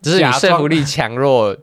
[SPEAKER 1] 就是你
[SPEAKER 2] 假
[SPEAKER 1] 说
[SPEAKER 2] 装
[SPEAKER 1] 服力强 弱，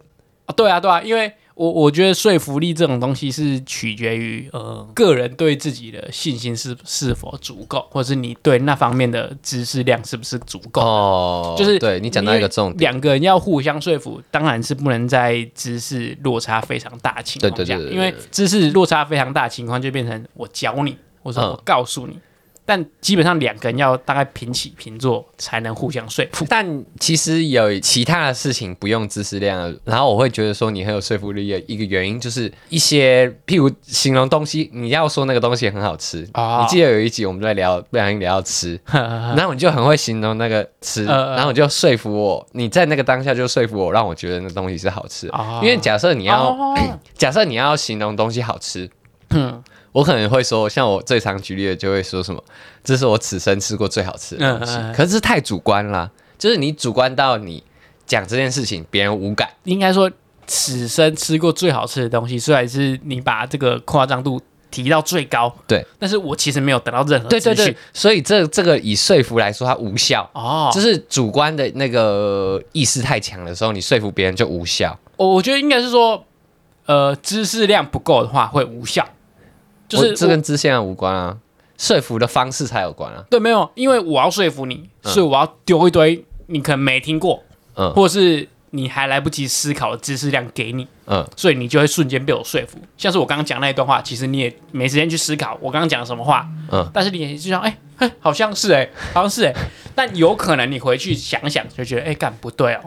[SPEAKER 2] 啊，对啊，对啊，因为我我觉得说服力这种东西是取决于呃个人对自己的信心是是否足够，或是你对那方面的知识量是不是足够。
[SPEAKER 1] 哦，
[SPEAKER 2] 就是
[SPEAKER 1] 对你讲到一个重点，
[SPEAKER 2] 点，两个人要互相说服，当然是不能在知识落差非常大的情况下，
[SPEAKER 1] 对对对对对
[SPEAKER 2] 因为知识落差非常大的情况就变成我教你，或者
[SPEAKER 1] 嗯
[SPEAKER 2] 我告诉你。但基本上两个人要大概平起平坐才能互相说服。
[SPEAKER 1] 但其实有其他的事情不用知识量，然后我会觉得说你很有说服力的一个原因，就是一些譬如形容东西，你要说那个东西很好吃，
[SPEAKER 2] 哦
[SPEAKER 1] 你记得有一集我们在聊，不小心聊到吃， 然后你就很会形容那个吃，
[SPEAKER 2] 呃
[SPEAKER 1] 然后你就说服我，你在那个当下就说服我，让我觉得那东西是好吃，
[SPEAKER 2] 哦
[SPEAKER 1] 因为假设你要、
[SPEAKER 2] 哦
[SPEAKER 1] 假设你要形容东西好吃，
[SPEAKER 2] 嗯
[SPEAKER 1] 我可能会说，像我最常举例的就会说什么，这是我此生吃过最好吃的东西。
[SPEAKER 2] 嗯嗯嗯
[SPEAKER 1] 可是这太主观啦，就是你主观到你讲这件事情别人无感。
[SPEAKER 2] 应该说此生吃过最好吃的东西，虽然是你把这个夸张度提到最高，
[SPEAKER 1] 对，
[SPEAKER 2] 但是我其实没有得到任何
[SPEAKER 1] 对对
[SPEAKER 2] 资讯
[SPEAKER 1] 对，所以这这个以说服来说，它无效。
[SPEAKER 2] 哦，
[SPEAKER 1] 就是主观的那个意识太强的时候，你说服别人就无效。
[SPEAKER 2] 我我觉得应该是说，呃，知识量不够的话会无效，就
[SPEAKER 1] 我
[SPEAKER 2] 是
[SPEAKER 1] 这
[SPEAKER 2] 我
[SPEAKER 1] 跟支线无关啊，说服的方式才有关啊。
[SPEAKER 2] 对没有，因为我要说服你，
[SPEAKER 1] 嗯
[SPEAKER 2] 所以我要丢一堆你可能没听过，
[SPEAKER 1] 嗯
[SPEAKER 2] 或者是你还来不及思考的知识量给你，
[SPEAKER 1] 嗯，
[SPEAKER 2] 所以你就会瞬间被我说服。像是我刚刚讲那一段话，其实你也没时间去思考我刚刚讲什么话，
[SPEAKER 1] 嗯，
[SPEAKER 2] 但是你也就想，哎、嘿好像是哎、 好像是哎、但有可能你回去想想就觉得，哎、干不对哦，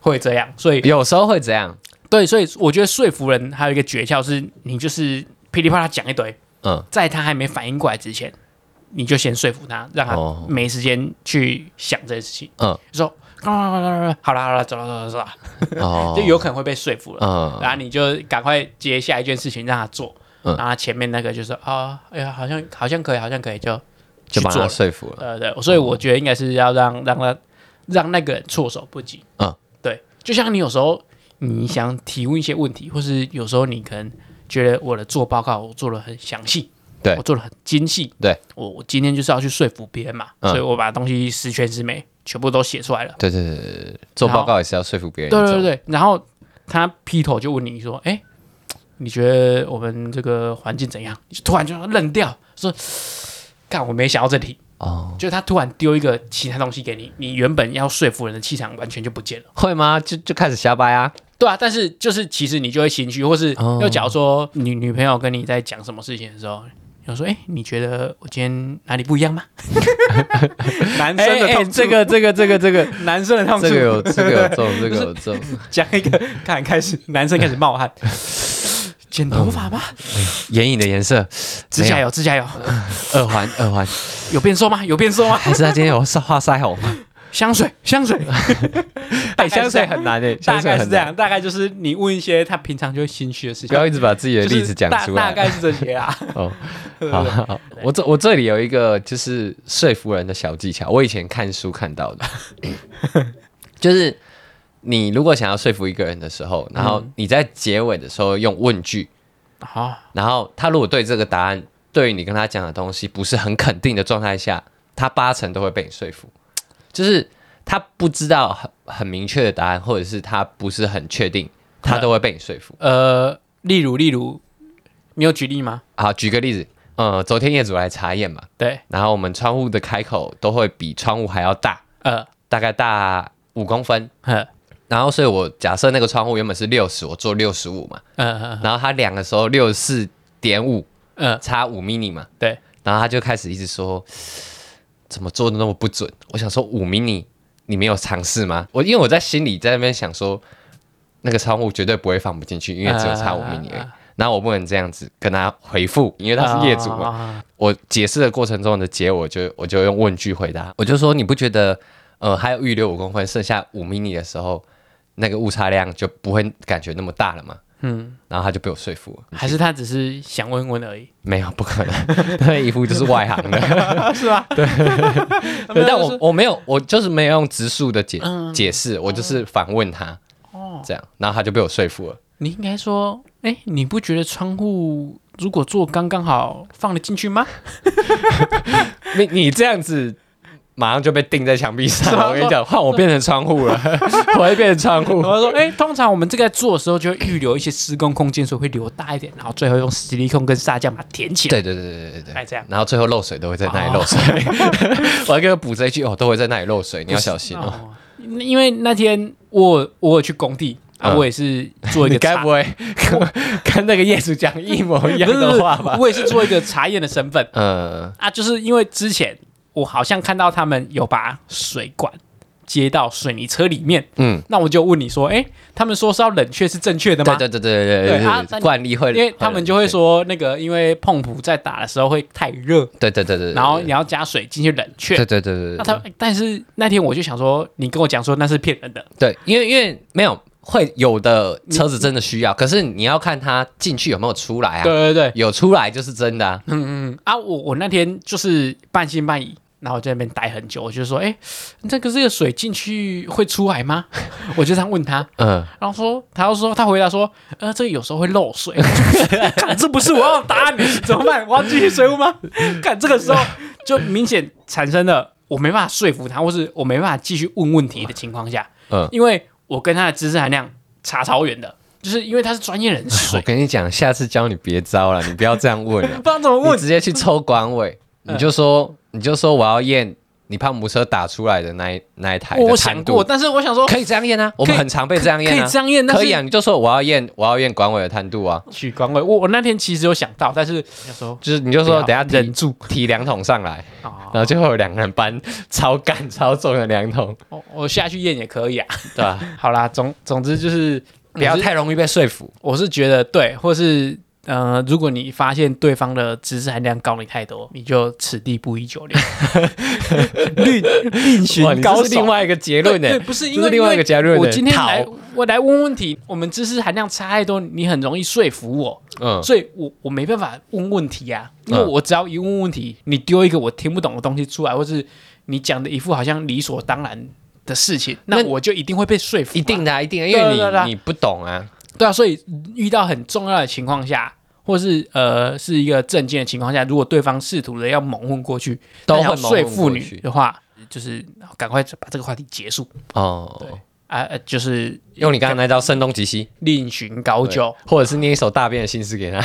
[SPEAKER 2] 会这样。所以
[SPEAKER 1] 有时候会这样。
[SPEAKER 2] 对，所以我觉得说服人还有一个诀窍是，你就是噼里啪啦讲一堆，
[SPEAKER 1] 嗯，
[SPEAKER 2] 在他还没反应过来之前，你就先说服他，让他
[SPEAKER 1] 哦
[SPEAKER 2] 没时间去想这件事情。
[SPEAKER 1] 嗯，
[SPEAKER 2] 就说。啊好啦好啦，走了走了走了，
[SPEAKER 1] 哦
[SPEAKER 2] 就有可能会被说服了。
[SPEAKER 1] 嗯
[SPEAKER 2] 然后你就赶快接下一件事情让他做，
[SPEAKER 1] 嗯
[SPEAKER 2] 然后前面那个就是啊，哎呀，好像好像可以，好像可以，就
[SPEAKER 1] 就
[SPEAKER 2] 去
[SPEAKER 1] 把
[SPEAKER 2] 做
[SPEAKER 1] 他哦
[SPEAKER 2] 了。
[SPEAKER 1] 说服了。
[SPEAKER 2] 呃，对，所以我觉得应该是要让让他让那个人措手不及。
[SPEAKER 1] 嗯，
[SPEAKER 2] 对，就像你有时候你想提问一些问题，或是有时候你可能觉得我的做报告我做的很详细，
[SPEAKER 1] 对
[SPEAKER 2] 我做的很精细，
[SPEAKER 1] 对
[SPEAKER 2] 我我今天就是要去说服别人嘛，
[SPEAKER 1] 嗯
[SPEAKER 2] 所以我把东西十全十美全部都写出来了。
[SPEAKER 1] 对对对对对，做报告也是要说服别人。
[SPEAKER 2] 对对，对，然后他劈头就问你说：“哎、你觉得我们这个环境怎样？”你就突然就愣掉，说：“干，我没想到这题。”
[SPEAKER 1] 哦，
[SPEAKER 2] 就是他突然丢一个其他东西给你，你原本要说服人的气场完全就不见了。
[SPEAKER 1] 会吗？就就开始瞎掰啊？
[SPEAKER 2] 对啊，但是就是其实你就会心虚，或是
[SPEAKER 1] 哦
[SPEAKER 2] 又假如说你女朋友跟你在讲什么事情的时候，有说：“哎、你觉得我今天哪里不一样吗？”
[SPEAKER 4] 男
[SPEAKER 2] 哎
[SPEAKER 4] 生的
[SPEAKER 2] 哎
[SPEAKER 4] 痛处，
[SPEAKER 2] 这个这个这个这个男生的痛处，
[SPEAKER 1] 这个有这个有中，这个有中。
[SPEAKER 2] 讲一个，看开始男生开 始冒汗，剪头发吧，
[SPEAKER 1] 嗯眼影的颜色，
[SPEAKER 2] 指甲油，指甲油，
[SPEAKER 1] 没有，耳环，耳环，
[SPEAKER 2] 有变瘦吗？有变 瘦吗？
[SPEAKER 1] 还是他今天有画腮红？
[SPEAKER 2] 香水，香 水，
[SPEAKER 1] 哎，香水很难诶，
[SPEAKER 2] 大
[SPEAKER 1] 香水
[SPEAKER 2] 概
[SPEAKER 1] 很难
[SPEAKER 2] 是这样，大概就是你问一些他平常就会心虚的事情，
[SPEAKER 1] 不要一直把自己的
[SPEAKER 2] 就是
[SPEAKER 1] 例子讲出
[SPEAKER 2] 大
[SPEAKER 1] 来。
[SPEAKER 2] 大概是这些啊 啦。
[SPEAKER 1] 哦，好好，好我这我这里有一个就是说服人的小技巧，我以前看书看到的，就是你如果想要说服一个人的时候，然后你在结尾的时候用问句，
[SPEAKER 2] 好，
[SPEAKER 1] 然后他如果对这个答案，对于你跟他讲的东西不是很肯定的状态下，他八成都会被你说服，就是他不知道很很明确的答案，或者是他不是很确定，他都会被你说服。
[SPEAKER 2] 呃，例如例如，你有举例吗？
[SPEAKER 1] 好，举个例子，呃，昨天业主来查验嘛。
[SPEAKER 2] 对，
[SPEAKER 1] 然后我们窗户的开口都会比窗户还要大，
[SPEAKER 2] 呃，
[SPEAKER 1] 大概大五公分。
[SPEAKER 2] 呃，
[SPEAKER 1] 然后，所以我假设那个窗户原本是六十，我做六十五嘛，
[SPEAKER 2] 呃，
[SPEAKER 1] 然后他量的时候六十四点五，
[SPEAKER 2] 呃，
[SPEAKER 1] 差五 mini 嘛，
[SPEAKER 2] 对，
[SPEAKER 1] 然后他就开始一直说怎么做的那么不准。我想说五 mini 你没有尝试吗？我因为我在心里在那边想说，那个窗户绝对不会放不进去，因为只有差五 mini 而已。然后我不能这样子跟他回复，因为他是业主嘛。
[SPEAKER 2] 嘛，
[SPEAKER 1] 我解释的过程中的结尾，我就我就用问句回答，我就说你不觉得呃还有预留五公分，剩下五 mini 的时候，那个误差量就不会感觉那么大了吗？嗯，然后他就被我说服了，
[SPEAKER 2] 还是他只是想问问而已，
[SPEAKER 1] 没有不可能， 他一副就是外行的，是吧？ 对，对但我我没有，我就是没有用直述的解、
[SPEAKER 2] 嗯
[SPEAKER 1] 解释，我就是反问他，哦，这样，然后他就被我说服了。
[SPEAKER 2] 你应该说，哎、你不觉得窗户如果做刚刚好放得进 去吗？
[SPEAKER 1] 你你这样子。马上就被钉在墙壁上了，我跟你讲，换我变成窗户 了，我会变成窗户。
[SPEAKER 2] 然 后说，哎、通常我们这个在做的时候就会预留一些施工空间，所以会留大一点，然后最后用实力控跟砂浆把它填起
[SPEAKER 1] 对
[SPEAKER 2] 来。
[SPEAKER 1] 对对对对对
[SPEAKER 2] 哎这样哦
[SPEAKER 1] 然后最后漏水都会在那里漏水， 我还给他补这一句哦，都会在那里漏水，你要小心哦。
[SPEAKER 2] 哦，因为那天我我有去工地啊，
[SPEAKER 1] 嗯
[SPEAKER 2] 我也是做一
[SPEAKER 1] 你
[SPEAKER 2] 个
[SPEAKER 1] 该
[SPEAKER 2] 查
[SPEAKER 1] 不会跟那个业主讲一模一样
[SPEAKER 2] 不是
[SPEAKER 1] 的话
[SPEAKER 2] 不是
[SPEAKER 1] 吧？
[SPEAKER 2] 我也是做一个查验的身份
[SPEAKER 1] 呃，
[SPEAKER 2] 啊，就是因为之前我好像看到他们有把水管接到水泥车里面，
[SPEAKER 1] 嗯，
[SPEAKER 2] 那我就问你说，哎、他们说是要冷却是正确的
[SPEAKER 1] 对
[SPEAKER 2] 吗？
[SPEAKER 1] 对对对对对
[SPEAKER 2] 对啊那
[SPEAKER 1] 对，
[SPEAKER 2] 你
[SPEAKER 1] 惯例会，
[SPEAKER 2] 因为他们就会，说那个，因为碰浦在打的时候会太热，
[SPEAKER 1] 对对对对，对
[SPEAKER 2] 然后你，要加水进去冷却
[SPEAKER 1] 对。对对对
[SPEAKER 2] 那
[SPEAKER 1] 对对
[SPEAKER 2] 他，但是那天我就想说，你跟我讲说那是骗人的，
[SPEAKER 1] 对，因为因为没有会有的车子真的需要，可是你要看他进去有没有出来啊，
[SPEAKER 2] 对对对，
[SPEAKER 1] 有出来就是真的啊，
[SPEAKER 2] 嗯啊，我我那天就是半信半疑，然后我在那边待很久，我就说，哎，这个这个水进去会出来吗？ 我就这样问他，
[SPEAKER 1] 嗯，
[SPEAKER 2] 然后说，他又说，他回答说，呃，这个有时候会漏水。 看，这不是我要的答案，怎么办？我要继续追问吗？看，这个时候就明显产生了我没办法说服他，或是我没办法继续问问题的情况下，
[SPEAKER 1] 嗯
[SPEAKER 2] 因为我跟他的知识含量差超远的，就是因为他是专业人士
[SPEAKER 1] 我，跟你讲，下次教你别招了，你不要这样问了
[SPEAKER 2] 不。知道怎么
[SPEAKER 1] 你
[SPEAKER 2] 问。
[SPEAKER 1] 直接去抽管委，
[SPEAKER 2] 嗯
[SPEAKER 1] 你就说你就说我要验你胖母车打出来的那一那一台的
[SPEAKER 2] 我
[SPEAKER 1] 长
[SPEAKER 2] 想
[SPEAKER 1] 度
[SPEAKER 2] 过，，但是我想说，
[SPEAKER 1] 可以这样验啊，我们很常被这样验
[SPEAKER 2] 可
[SPEAKER 1] 啊
[SPEAKER 2] 以，这样验，但
[SPEAKER 1] 可以啊，
[SPEAKER 2] 是
[SPEAKER 1] 你就说我要验我要验管委的探度啊，
[SPEAKER 2] 取关位，我我那天其实有想到，但是我想说
[SPEAKER 1] 就是你就
[SPEAKER 2] 不
[SPEAKER 1] 说
[SPEAKER 2] 要
[SPEAKER 1] 等下
[SPEAKER 2] 忍
[SPEAKER 1] 啊住哦提两桶上来，
[SPEAKER 2] 啊，
[SPEAKER 1] 然后就会有两个人搬超干超重的两桶，
[SPEAKER 2] 我我下去验也可以啊。
[SPEAKER 1] 对吧？
[SPEAKER 2] 好啦，总总之就是
[SPEAKER 1] 不要
[SPEAKER 2] 我是
[SPEAKER 1] 太容易被说服，
[SPEAKER 2] 我是觉得对，或是呃，如果你发现对方的知识含量高你太多，你就此地不宜久留。 另另
[SPEAKER 1] 哇，你这
[SPEAKER 2] 寻高
[SPEAKER 1] 是
[SPEAKER 2] 手
[SPEAKER 1] 另。外一个结论呢欸
[SPEAKER 2] 对，，不是因
[SPEAKER 1] 这
[SPEAKER 2] 为
[SPEAKER 1] 是另外一个结论呢
[SPEAKER 2] 我今天来
[SPEAKER 1] 讨，
[SPEAKER 2] 我来问问题，我们知识含量差太多，你很容易说服我，
[SPEAKER 1] 嗯，
[SPEAKER 2] 所以我我没办法问问题啊，因为
[SPEAKER 1] 嗯
[SPEAKER 2] 我只要一问问题，你丢一个我听不懂的东西出来，或是你讲的一副好像理所当然的事情，那
[SPEAKER 1] 那
[SPEAKER 2] 我就一定会被说服、
[SPEAKER 1] 一定。的、啊，一定的，因为
[SPEAKER 2] 对
[SPEAKER 1] 你
[SPEAKER 2] 对对
[SPEAKER 1] 你不懂啊，
[SPEAKER 2] 对啊，所以遇到很重要的情况下，或是呃是一个证件的情况下，如果对方试图的要蒙混过去，
[SPEAKER 1] 都
[SPEAKER 2] 但要
[SPEAKER 1] 会蒙混
[SPEAKER 2] 说服
[SPEAKER 1] 过
[SPEAKER 2] 你
[SPEAKER 1] 去
[SPEAKER 2] 的话，就是赶快把这个话题结束
[SPEAKER 1] 哦。
[SPEAKER 2] 啊、呃就是
[SPEAKER 1] 用你刚刚那招声东击西，
[SPEAKER 2] 另寻高
[SPEAKER 1] 对
[SPEAKER 2] 就。
[SPEAKER 1] 或者是念一首大便的心思给 他。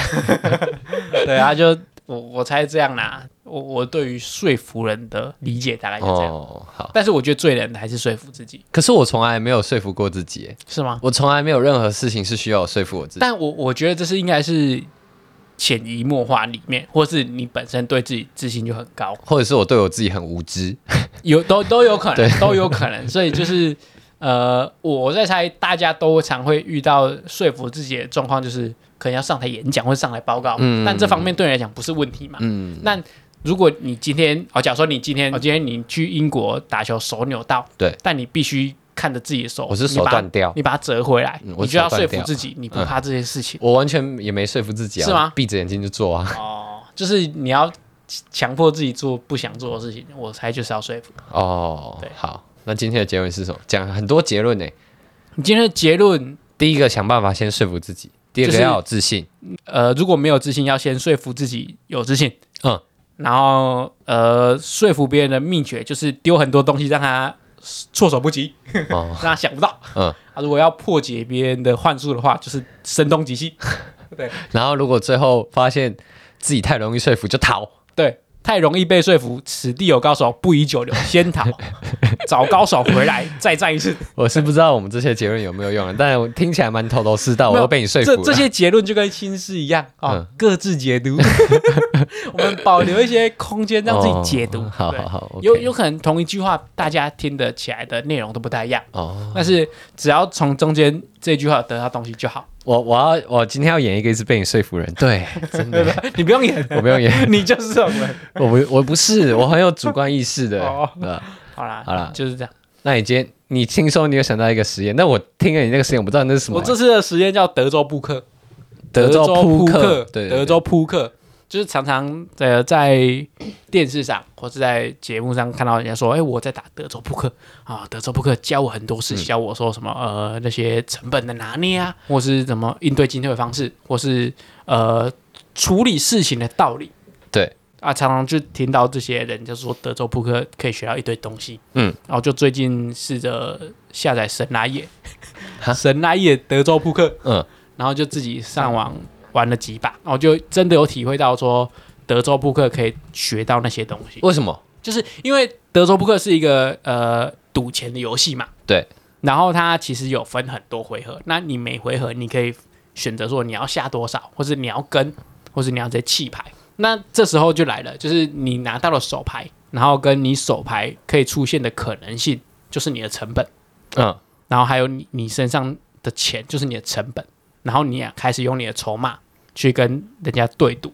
[SPEAKER 2] 对啊，就我我猜这样啦。我我对于说服人的理解大概就这样，
[SPEAKER 1] 哦，好。
[SPEAKER 2] 但是我觉得最难的还是说服自己，
[SPEAKER 1] 可是我从来没有说服过自己耶，欸
[SPEAKER 2] 是吗？
[SPEAKER 1] 我从来没有任何事情是需要我说服我自己。
[SPEAKER 2] 但我我觉得这是应该是潜移默化里面，或是你本身对自己自信就很高，
[SPEAKER 1] 或者是我对我自己很无知，
[SPEAKER 2] 有都都有可能，
[SPEAKER 1] 对
[SPEAKER 2] 都有可能。所以就是呃，我在猜大家都常会遇到说服自己的状况，就是可能要上台演讲或上台报告，
[SPEAKER 1] 嗯
[SPEAKER 2] 但这方面对你来讲不是问题嘛。
[SPEAKER 1] 嗯，
[SPEAKER 2] 那如果你今天，哦，假如说你今天，哦，今天你去英国打球手扭到，
[SPEAKER 1] 对，
[SPEAKER 2] 但你必须看着自己的手，
[SPEAKER 1] 我是手
[SPEAKER 2] 你把它
[SPEAKER 1] 断掉
[SPEAKER 2] 你把它折回来，
[SPEAKER 1] 嗯我
[SPEAKER 2] 你
[SPEAKER 1] 手
[SPEAKER 2] 就要说
[SPEAKER 1] 断
[SPEAKER 2] 服
[SPEAKER 1] 掉嗯
[SPEAKER 2] 自己，你不怕这些事情、
[SPEAKER 1] 我完全也没说服自己啊，
[SPEAKER 2] 是吗
[SPEAKER 1] 闭着眼睛就做啊。
[SPEAKER 2] 哦， 就是你要强迫自己做不想做的事情，我猜就是要说服。
[SPEAKER 1] 哦
[SPEAKER 2] 对，
[SPEAKER 1] 好，那今天的结论是什么？讲很多结论呢。
[SPEAKER 2] 你今天的结论，
[SPEAKER 1] 第一个想办法先说服自己，第二
[SPEAKER 2] 就
[SPEAKER 1] 个
[SPEAKER 2] 是
[SPEAKER 1] 要有自信，
[SPEAKER 2] 呃，如果没有自信，要先说服自己有自信，
[SPEAKER 1] 嗯，
[SPEAKER 2] 然后呃，说服别人的秘诀就是丢很多东西让他措手不及，
[SPEAKER 1] 哦，
[SPEAKER 2] 让他想不到。
[SPEAKER 1] 嗯，
[SPEAKER 2] 啊，如果要破解别人的幻术的话，就是声东击西。
[SPEAKER 1] 嗯然后如果最后发现自己太容易说服，就 逃。
[SPEAKER 2] 对，太容易被说服，此地有高手，不宜久留，先 逃，找高手回来再战一次。
[SPEAKER 1] 我是不知道我们这些结论有没有用啊，但我听起来蛮头头是道，
[SPEAKER 2] 没
[SPEAKER 1] 我
[SPEAKER 2] 有
[SPEAKER 1] 又被你说服
[SPEAKER 2] 这
[SPEAKER 1] 了。
[SPEAKER 2] 这些结论就跟心思一样啊、哦
[SPEAKER 1] 嗯
[SPEAKER 2] 各自解读。 我们保留一些空间让自己解读。
[SPEAKER 1] 哦好
[SPEAKER 2] 对
[SPEAKER 1] 好好，
[SPEAKER 2] 有
[SPEAKER 1] OK
[SPEAKER 2] 有可能同一句话，大家听得起来的内容都不太一样，
[SPEAKER 1] 哦，
[SPEAKER 2] 但是只要从中间这句话得到东西就好。
[SPEAKER 1] 我我要我今天要演一个一直被你说服的 人，对，真的，
[SPEAKER 2] 你不用演，
[SPEAKER 1] 我不用演，
[SPEAKER 2] 你就是这种人。
[SPEAKER 1] 我不我不是，我很有主观意识的。
[SPEAKER 2] 哦
[SPEAKER 1] 呃
[SPEAKER 2] 好啦，
[SPEAKER 1] 好啦
[SPEAKER 2] 就是这样。
[SPEAKER 1] 那你今天你听说你有想到一个实验，那我听了你那个实验，我不知道那是什么。
[SPEAKER 2] 我这次的实验叫德州扑克，
[SPEAKER 1] 德州扑
[SPEAKER 2] 克，
[SPEAKER 1] 对，对
[SPEAKER 2] 德州扑克就是常常呃在电视上或是在节目上看到人家说，哎、我在打德州扑克啊，德州扑克教我很多
[SPEAKER 1] 嗯
[SPEAKER 2] 事，教我说什么呃那些成本的拿捏啊，或是怎么应对进退的方式，或是呃处理事情的道理。
[SPEAKER 1] 对
[SPEAKER 2] 啊，常常就听到这些人就说德州扑克可以学到一堆东西，
[SPEAKER 1] 嗯，
[SPEAKER 2] 然后就最近试着下载神来也
[SPEAKER 1] 哈，
[SPEAKER 2] 神来也德州扑克，
[SPEAKER 1] 嗯，
[SPEAKER 2] 然后就自己上网玩了几把，然后就真的有体会到说德州扑克可以学到那些东西，
[SPEAKER 1] 为什么？
[SPEAKER 2] 就是因为德州扑克是一个呃赌钱的游戏嘛，
[SPEAKER 1] 对，
[SPEAKER 2] 然后它其实有分很多回合，那你每回合你可以选择说你要下多少，或是你要跟，或是你要直接弃牌。那这时候就来了，就是你拿到了手牌，然后跟你手牌可以出现的可能性，就是你的成本。
[SPEAKER 1] 嗯，
[SPEAKER 2] 然后还有你你身上的钱就是你的成本，然后你也开始用你的筹码去跟人家对赌。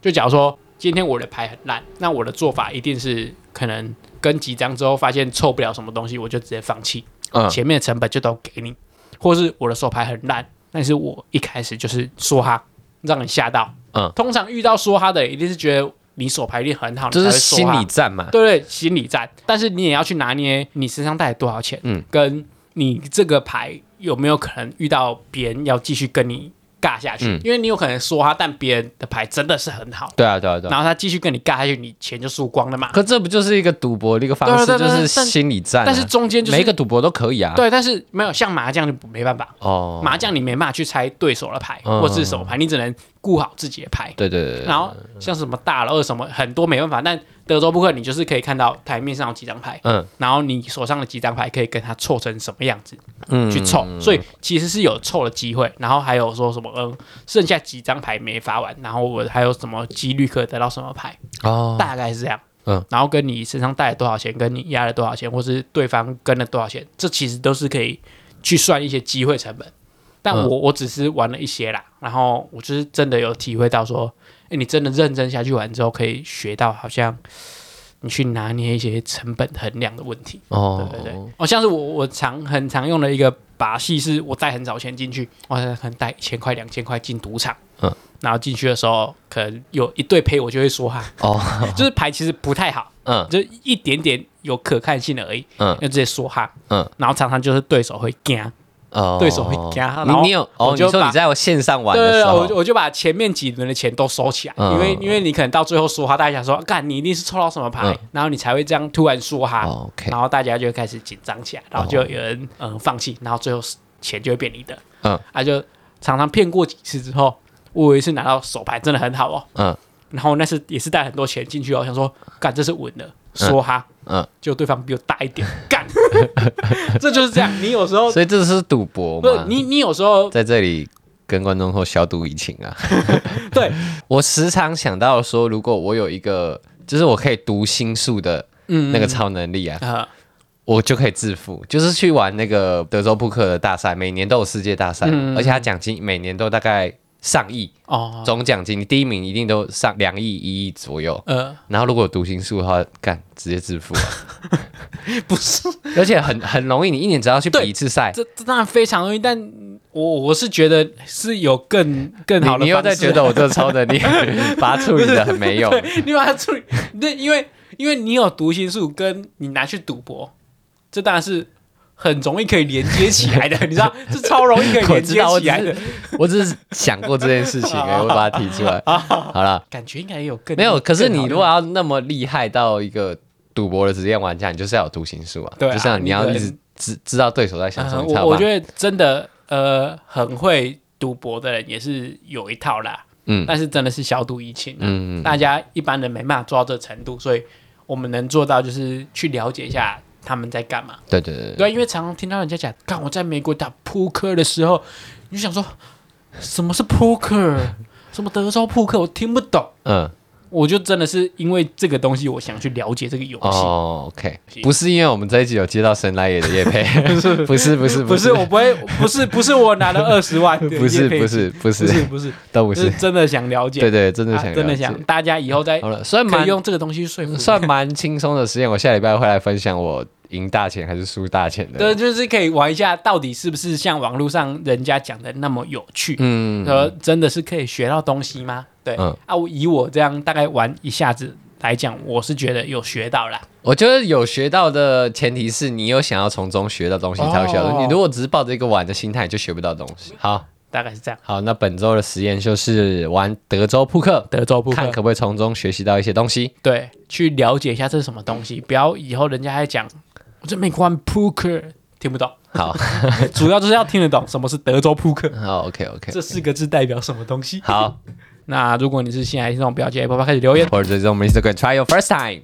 [SPEAKER 2] 就假如说今天我的牌很烂，那我的做法一定是可能跟几张之后发现凑不了什么东西，我就直接放弃，
[SPEAKER 1] 嗯
[SPEAKER 2] 前面的成本就都给你，或是我的手牌很烂，但是我一开始就是说哈，让你吓到。
[SPEAKER 1] 嗯
[SPEAKER 2] 通常遇到说哈的，一定是觉得你手牌一定很好，
[SPEAKER 1] 这
[SPEAKER 2] 你才
[SPEAKER 1] 是
[SPEAKER 2] 会说
[SPEAKER 1] 心
[SPEAKER 2] 哈
[SPEAKER 1] 理战嘛？
[SPEAKER 2] 对对，心理战，但是你也要去拿捏你身上带了多少钱，
[SPEAKER 1] 嗯
[SPEAKER 2] 跟你这个牌有没有可能遇到别人要继续跟你尬下去，
[SPEAKER 1] 嗯
[SPEAKER 2] 因为你有可能说他，但别人的牌真的是很好，
[SPEAKER 1] 对啊，对啊，对啊。
[SPEAKER 2] 然后他继续跟你尬下去，你钱就输光了嘛。
[SPEAKER 1] 可这不就是一个赌博的一个方式，
[SPEAKER 2] 对对对
[SPEAKER 1] 就是
[SPEAKER 2] 但
[SPEAKER 1] 心理战啊、
[SPEAKER 2] 但是中间就是
[SPEAKER 1] 每一个赌博都可以啊。
[SPEAKER 2] 对，但是没有像麻将就没办法，
[SPEAKER 1] 哦，
[SPEAKER 2] 麻将你没办法去猜对手的牌、
[SPEAKER 1] 嗯
[SPEAKER 2] 或是什么牌，你只能顾好自己的牌。
[SPEAKER 1] 对对对对，
[SPEAKER 2] 然后像什么大佬什么很多没办法，但德州扑克你就是可以看到台面上有几张牌，
[SPEAKER 1] 嗯
[SPEAKER 2] 然后你手上的几张牌可以跟它凑成什么样子
[SPEAKER 1] 嗯
[SPEAKER 2] 去凑，所以其实是有凑的机会。然后还有说什么，嗯，剩下几张牌没发完，然后我还有什么几率可以得到什么牌，
[SPEAKER 1] 哦，
[SPEAKER 2] 大概是这样。
[SPEAKER 1] 嗯，
[SPEAKER 2] 然后跟你身上带了多少钱，跟你压了多少钱，或是对方跟了多少钱，这其实都是可以去算一些机会成本。但我、
[SPEAKER 1] 嗯
[SPEAKER 2] 我只是玩了一些啦，然后我就是真的有体会到说，哎，你真的认真下去玩之后，可以学到好像你去拿捏一些成本衡量的问题。
[SPEAKER 1] 哦，
[SPEAKER 2] 对对对，哦，像是我我常很常用的一个把戏，是我带很少钱进去，我可能带一千块、两千块进赌场，
[SPEAKER 1] 嗯，
[SPEAKER 2] 然后进去的时候， 可能有一对胚，我就会说哈，
[SPEAKER 1] 哦，
[SPEAKER 2] 就是牌其实不太好，
[SPEAKER 1] 嗯
[SPEAKER 2] 就一点点有可看性而已，
[SPEAKER 1] 嗯
[SPEAKER 2] 就直接说哈，
[SPEAKER 1] 嗯
[SPEAKER 2] 然后常常就是对手会惊，
[SPEAKER 1] 哦
[SPEAKER 2] 对手会加然
[SPEAKER 1] 你
[SPEAKER 2] 后
[SPEAKER 1] 你有哦？
[SPEAKER 2] 我
[SPEAKER 1] 你
[SPEAKER 2] 就
[SPEAKER 1] 说
[SPEAKER 2] 把
[SPEAKER 1] 你在我线上玩
[SPEAKER 2] 对
[SPEAKER 1] 的
[SPEAKER 2] 对
[SPEAKER 1] 时
[SPEAKER 2] 对，
[SPEAKER 1] 候
[SPEAKER 2] 我就，我就把前面几轮的钱都收起来，
[SPEAKER 1] 嗯
[SPEAKER 2] 因为因为你可能到最后说哈，大家想说啊干你一定是抽到什么牌，
[SPEAKER 1] 嗯
[SPEAKER 2] 然后你才会这样突然说哈，
[SPEAKER 1] 哦，OK
[SPEAKER 2] 然后大家就会开始紧张起来，然后就有人嗯、呃放弃，然后最后钱就会变你的，
[SPEAKER 1] 哦嗯
[SPEAKER 2] 啊就常常骗过几次之后，我有一次拿到手牌真的很好哦，
[SPEAKER 1] 嗯
[SPEAKER 2] 然后那次也是带很多钱进去哦，想说干这是稳的，说哈，
[SPEAKER 1] 嗯，
[SPEAKER 2] 就对方比我大 一点，干， 这就是这样，你有时候
[SPEAKER 1] 所以这 是赌博
[SPEAKER 2] 不是
[SPEAKER 1] 嘛？
[SPEAKER 2] 你你有时候
[SPEAKER 1] 在这里跟观众说小赌怡情啊。
[SPEAKER 2] 对
[SPEAKER 1] 我时常想到说，如果我有一个，就是我可以读心术的
[SPEAKER 2] 嗯
[SPEAKER 1] 那个超能力啊，
[SPEAKER 2] 呃
[SPEAKER 1] 我就可以致富。就是去玩那个德州扑克的大赛，每年都有世界大赛，而且它奖金每年都大概上亿，
[SPEAKER 2] 嗯哦
[SPEAKER 1] 总奖金第一名一定都上两亿、一亿左右。
[SPEAKER 2] 呃
[SPEAKER 1] 然后如果有读心术的话，干直接致富啊！
[SPEAKER 2] 不是。
[SPEAKER 1] 而且很很容易，你一年只要去比
[SPEAKER 2] 对
[SPEAKER 1] 一次赛，
[SPEAKER 2] 这这当然非常容易，但我我是觉得是有更更好的
[SPEAKER 1] 你你又在
[SPEAKER 2] 方式啊
[SPEAKER 1] 觉得我这个超能力把它处理的很没用。
[SPEAKER 2] 对，你把它处理，对，因为 因为你有读心术，跟你拿去赌博，这当然是很容易可以连接起来的， 你知道，这超容易可以
[SPEAKER 1] 我
[SPEAKER 2] 连
[SPEAKER 1] 知
[SPEAKER 2] 接
[SPEAKER 1] 道，我
[SPEAKER 2] 起
[SPEAKER 1] 只
[SPEAKER 2] 来的
[SPEAKER 1] 是我只是想过这件事情而已，我把它提 出来。
[SPEAKER 2] 啊
[SPEAKER 1] 好了，
[SPEAKER 2] 感觉，应该也有更
[SPEAKER 1] 没有。可是你如
[SPEAKER 2] 更
[SPEAKER 1] 果
[SPEAKER 2] 好啊
[SPEAKER 1] 要那么厉害到一个赌博的职业玩家，你就是要有读心术啊，
[SPEAKER 2] 对啊
[SPEAKER 1] 就像你要一直
[SPEAKER 2] 你
[SPEAKER 1] 知知道对手在想
[SPEAKER 2] 的
[SPEAKER 1] 什么，
[SPEAKER 2] 嗯
[SPEAKER 1] 你才
[SPEAKER 2] 我
[SPEAKER 1] 有
[SPEAKER 2] 我
[SPEAKER 1] 办法
[SPEAKER 2] 觉得真的呃很会赌博的人也是有一套啦，
[SPEAKER 1] 嗯
[SPEAKER 2] 但是真的是小赌怡情、啊，
[SPEAKER 1] 嗯嗯
[SPEAKER 2] 大家一般人没办法做到这程度，所以我们能做到就是去了解一下他们在干嘛。
[SPEAKER 1] 对对对对，
[SPEAKER 2] 对啊，因为常常听到人家讲，看我在美国打扑克的时候，你就想说什么是扑克，什么德州扑克，我听不懂。
[SPEAKER 1] 嗯
[SPEAKER 2] 我就真的是因为这个东西，我想去了解这个游戏。
[SPEAKER 1] 哦，OK，不是因为我们这一集有接到神来也的叶 配，不是不是不是
[SPEAKER 2] 不是，我不会，不是，不是我 拿了二十万的
[SPEAKER 1] 不是
[SPEAKER 2] 业配
[SPEAKER 1] 不是不
[SPEAKER 2] 不是
[SPEAKER 1] 是
[SPEAKER 2] 不是，
[SPEAKER 1] 都不
[SPEAKER 2] 就是
[SPEAKER 1] 是，
[SPEAKER 2] 真的想了解，
[SPEAKER 1] 对对，真的
[SPEAKER 2] 啊
[SPEAKER 1] 想
[SPEAKER 2] 真的
[SPEAKER 1] 了解
[SPEAKER 2] 想，大家以后再
[SPEAKER 1] 好了，虽然
[SPEAKER 2] 可
[SPEAKER 1] 蛮
[SPEAKER 2] 以用这个东西去说服。
[SPEAKER 1] 算蛮轻松的实验，我下礼拜会来分享我赢大钱还是输大钱的。
[SPEAKER 2] 对，就是可以玩一下，到底是不是像网络上人家讲的那么有趣？
[SPEAKER 1] 嗯，
[SPEAKER 2] 呃，真的是可以学到东西吗？对、
[SPEAKER 1] 嗯
[SPEAKER 2] 啊，我以我这样大概玩一下子来讲，我是觉得有学到啦。
[SPEAKER 1] 我觉得有学到的前提是你有想要从中学到东西才会学到。
[SPEAKER 2] 哦
[SPEAKER 1] 你如果只是抱着一个玩的心态，就学不到东西。好
[SPEAKER 2] 大概是这样。
[SPEAKER 1] 好，那本周的实验就是玩德州扑克，
[SPEAKER 2] 德州扑
[SPEAKER 1] 看
[SPEAKER 2] 克，
[SPEAKER 1] 可不可以从中学习到一些东西。
[SPEAKER 2] 对，去了解一下这是什么东西，不要以后人家还讲我在美国玩扑克听不懂，
[SPEAKER 1] 好，
[SPEAKER 2] 主要就是要听得懂什么是德州扑克，
[SPEAKER 1] 好，OK OK，
[SPEAKER 2] 这四个字代表什么东西。
[SPEAKER 1] 好，
[SPEAKER 2] 那如果你是新来听众，不要介意，爸爸开始留言。
[SPEAKER 1] 或者追踪我们 Instagram try your first time。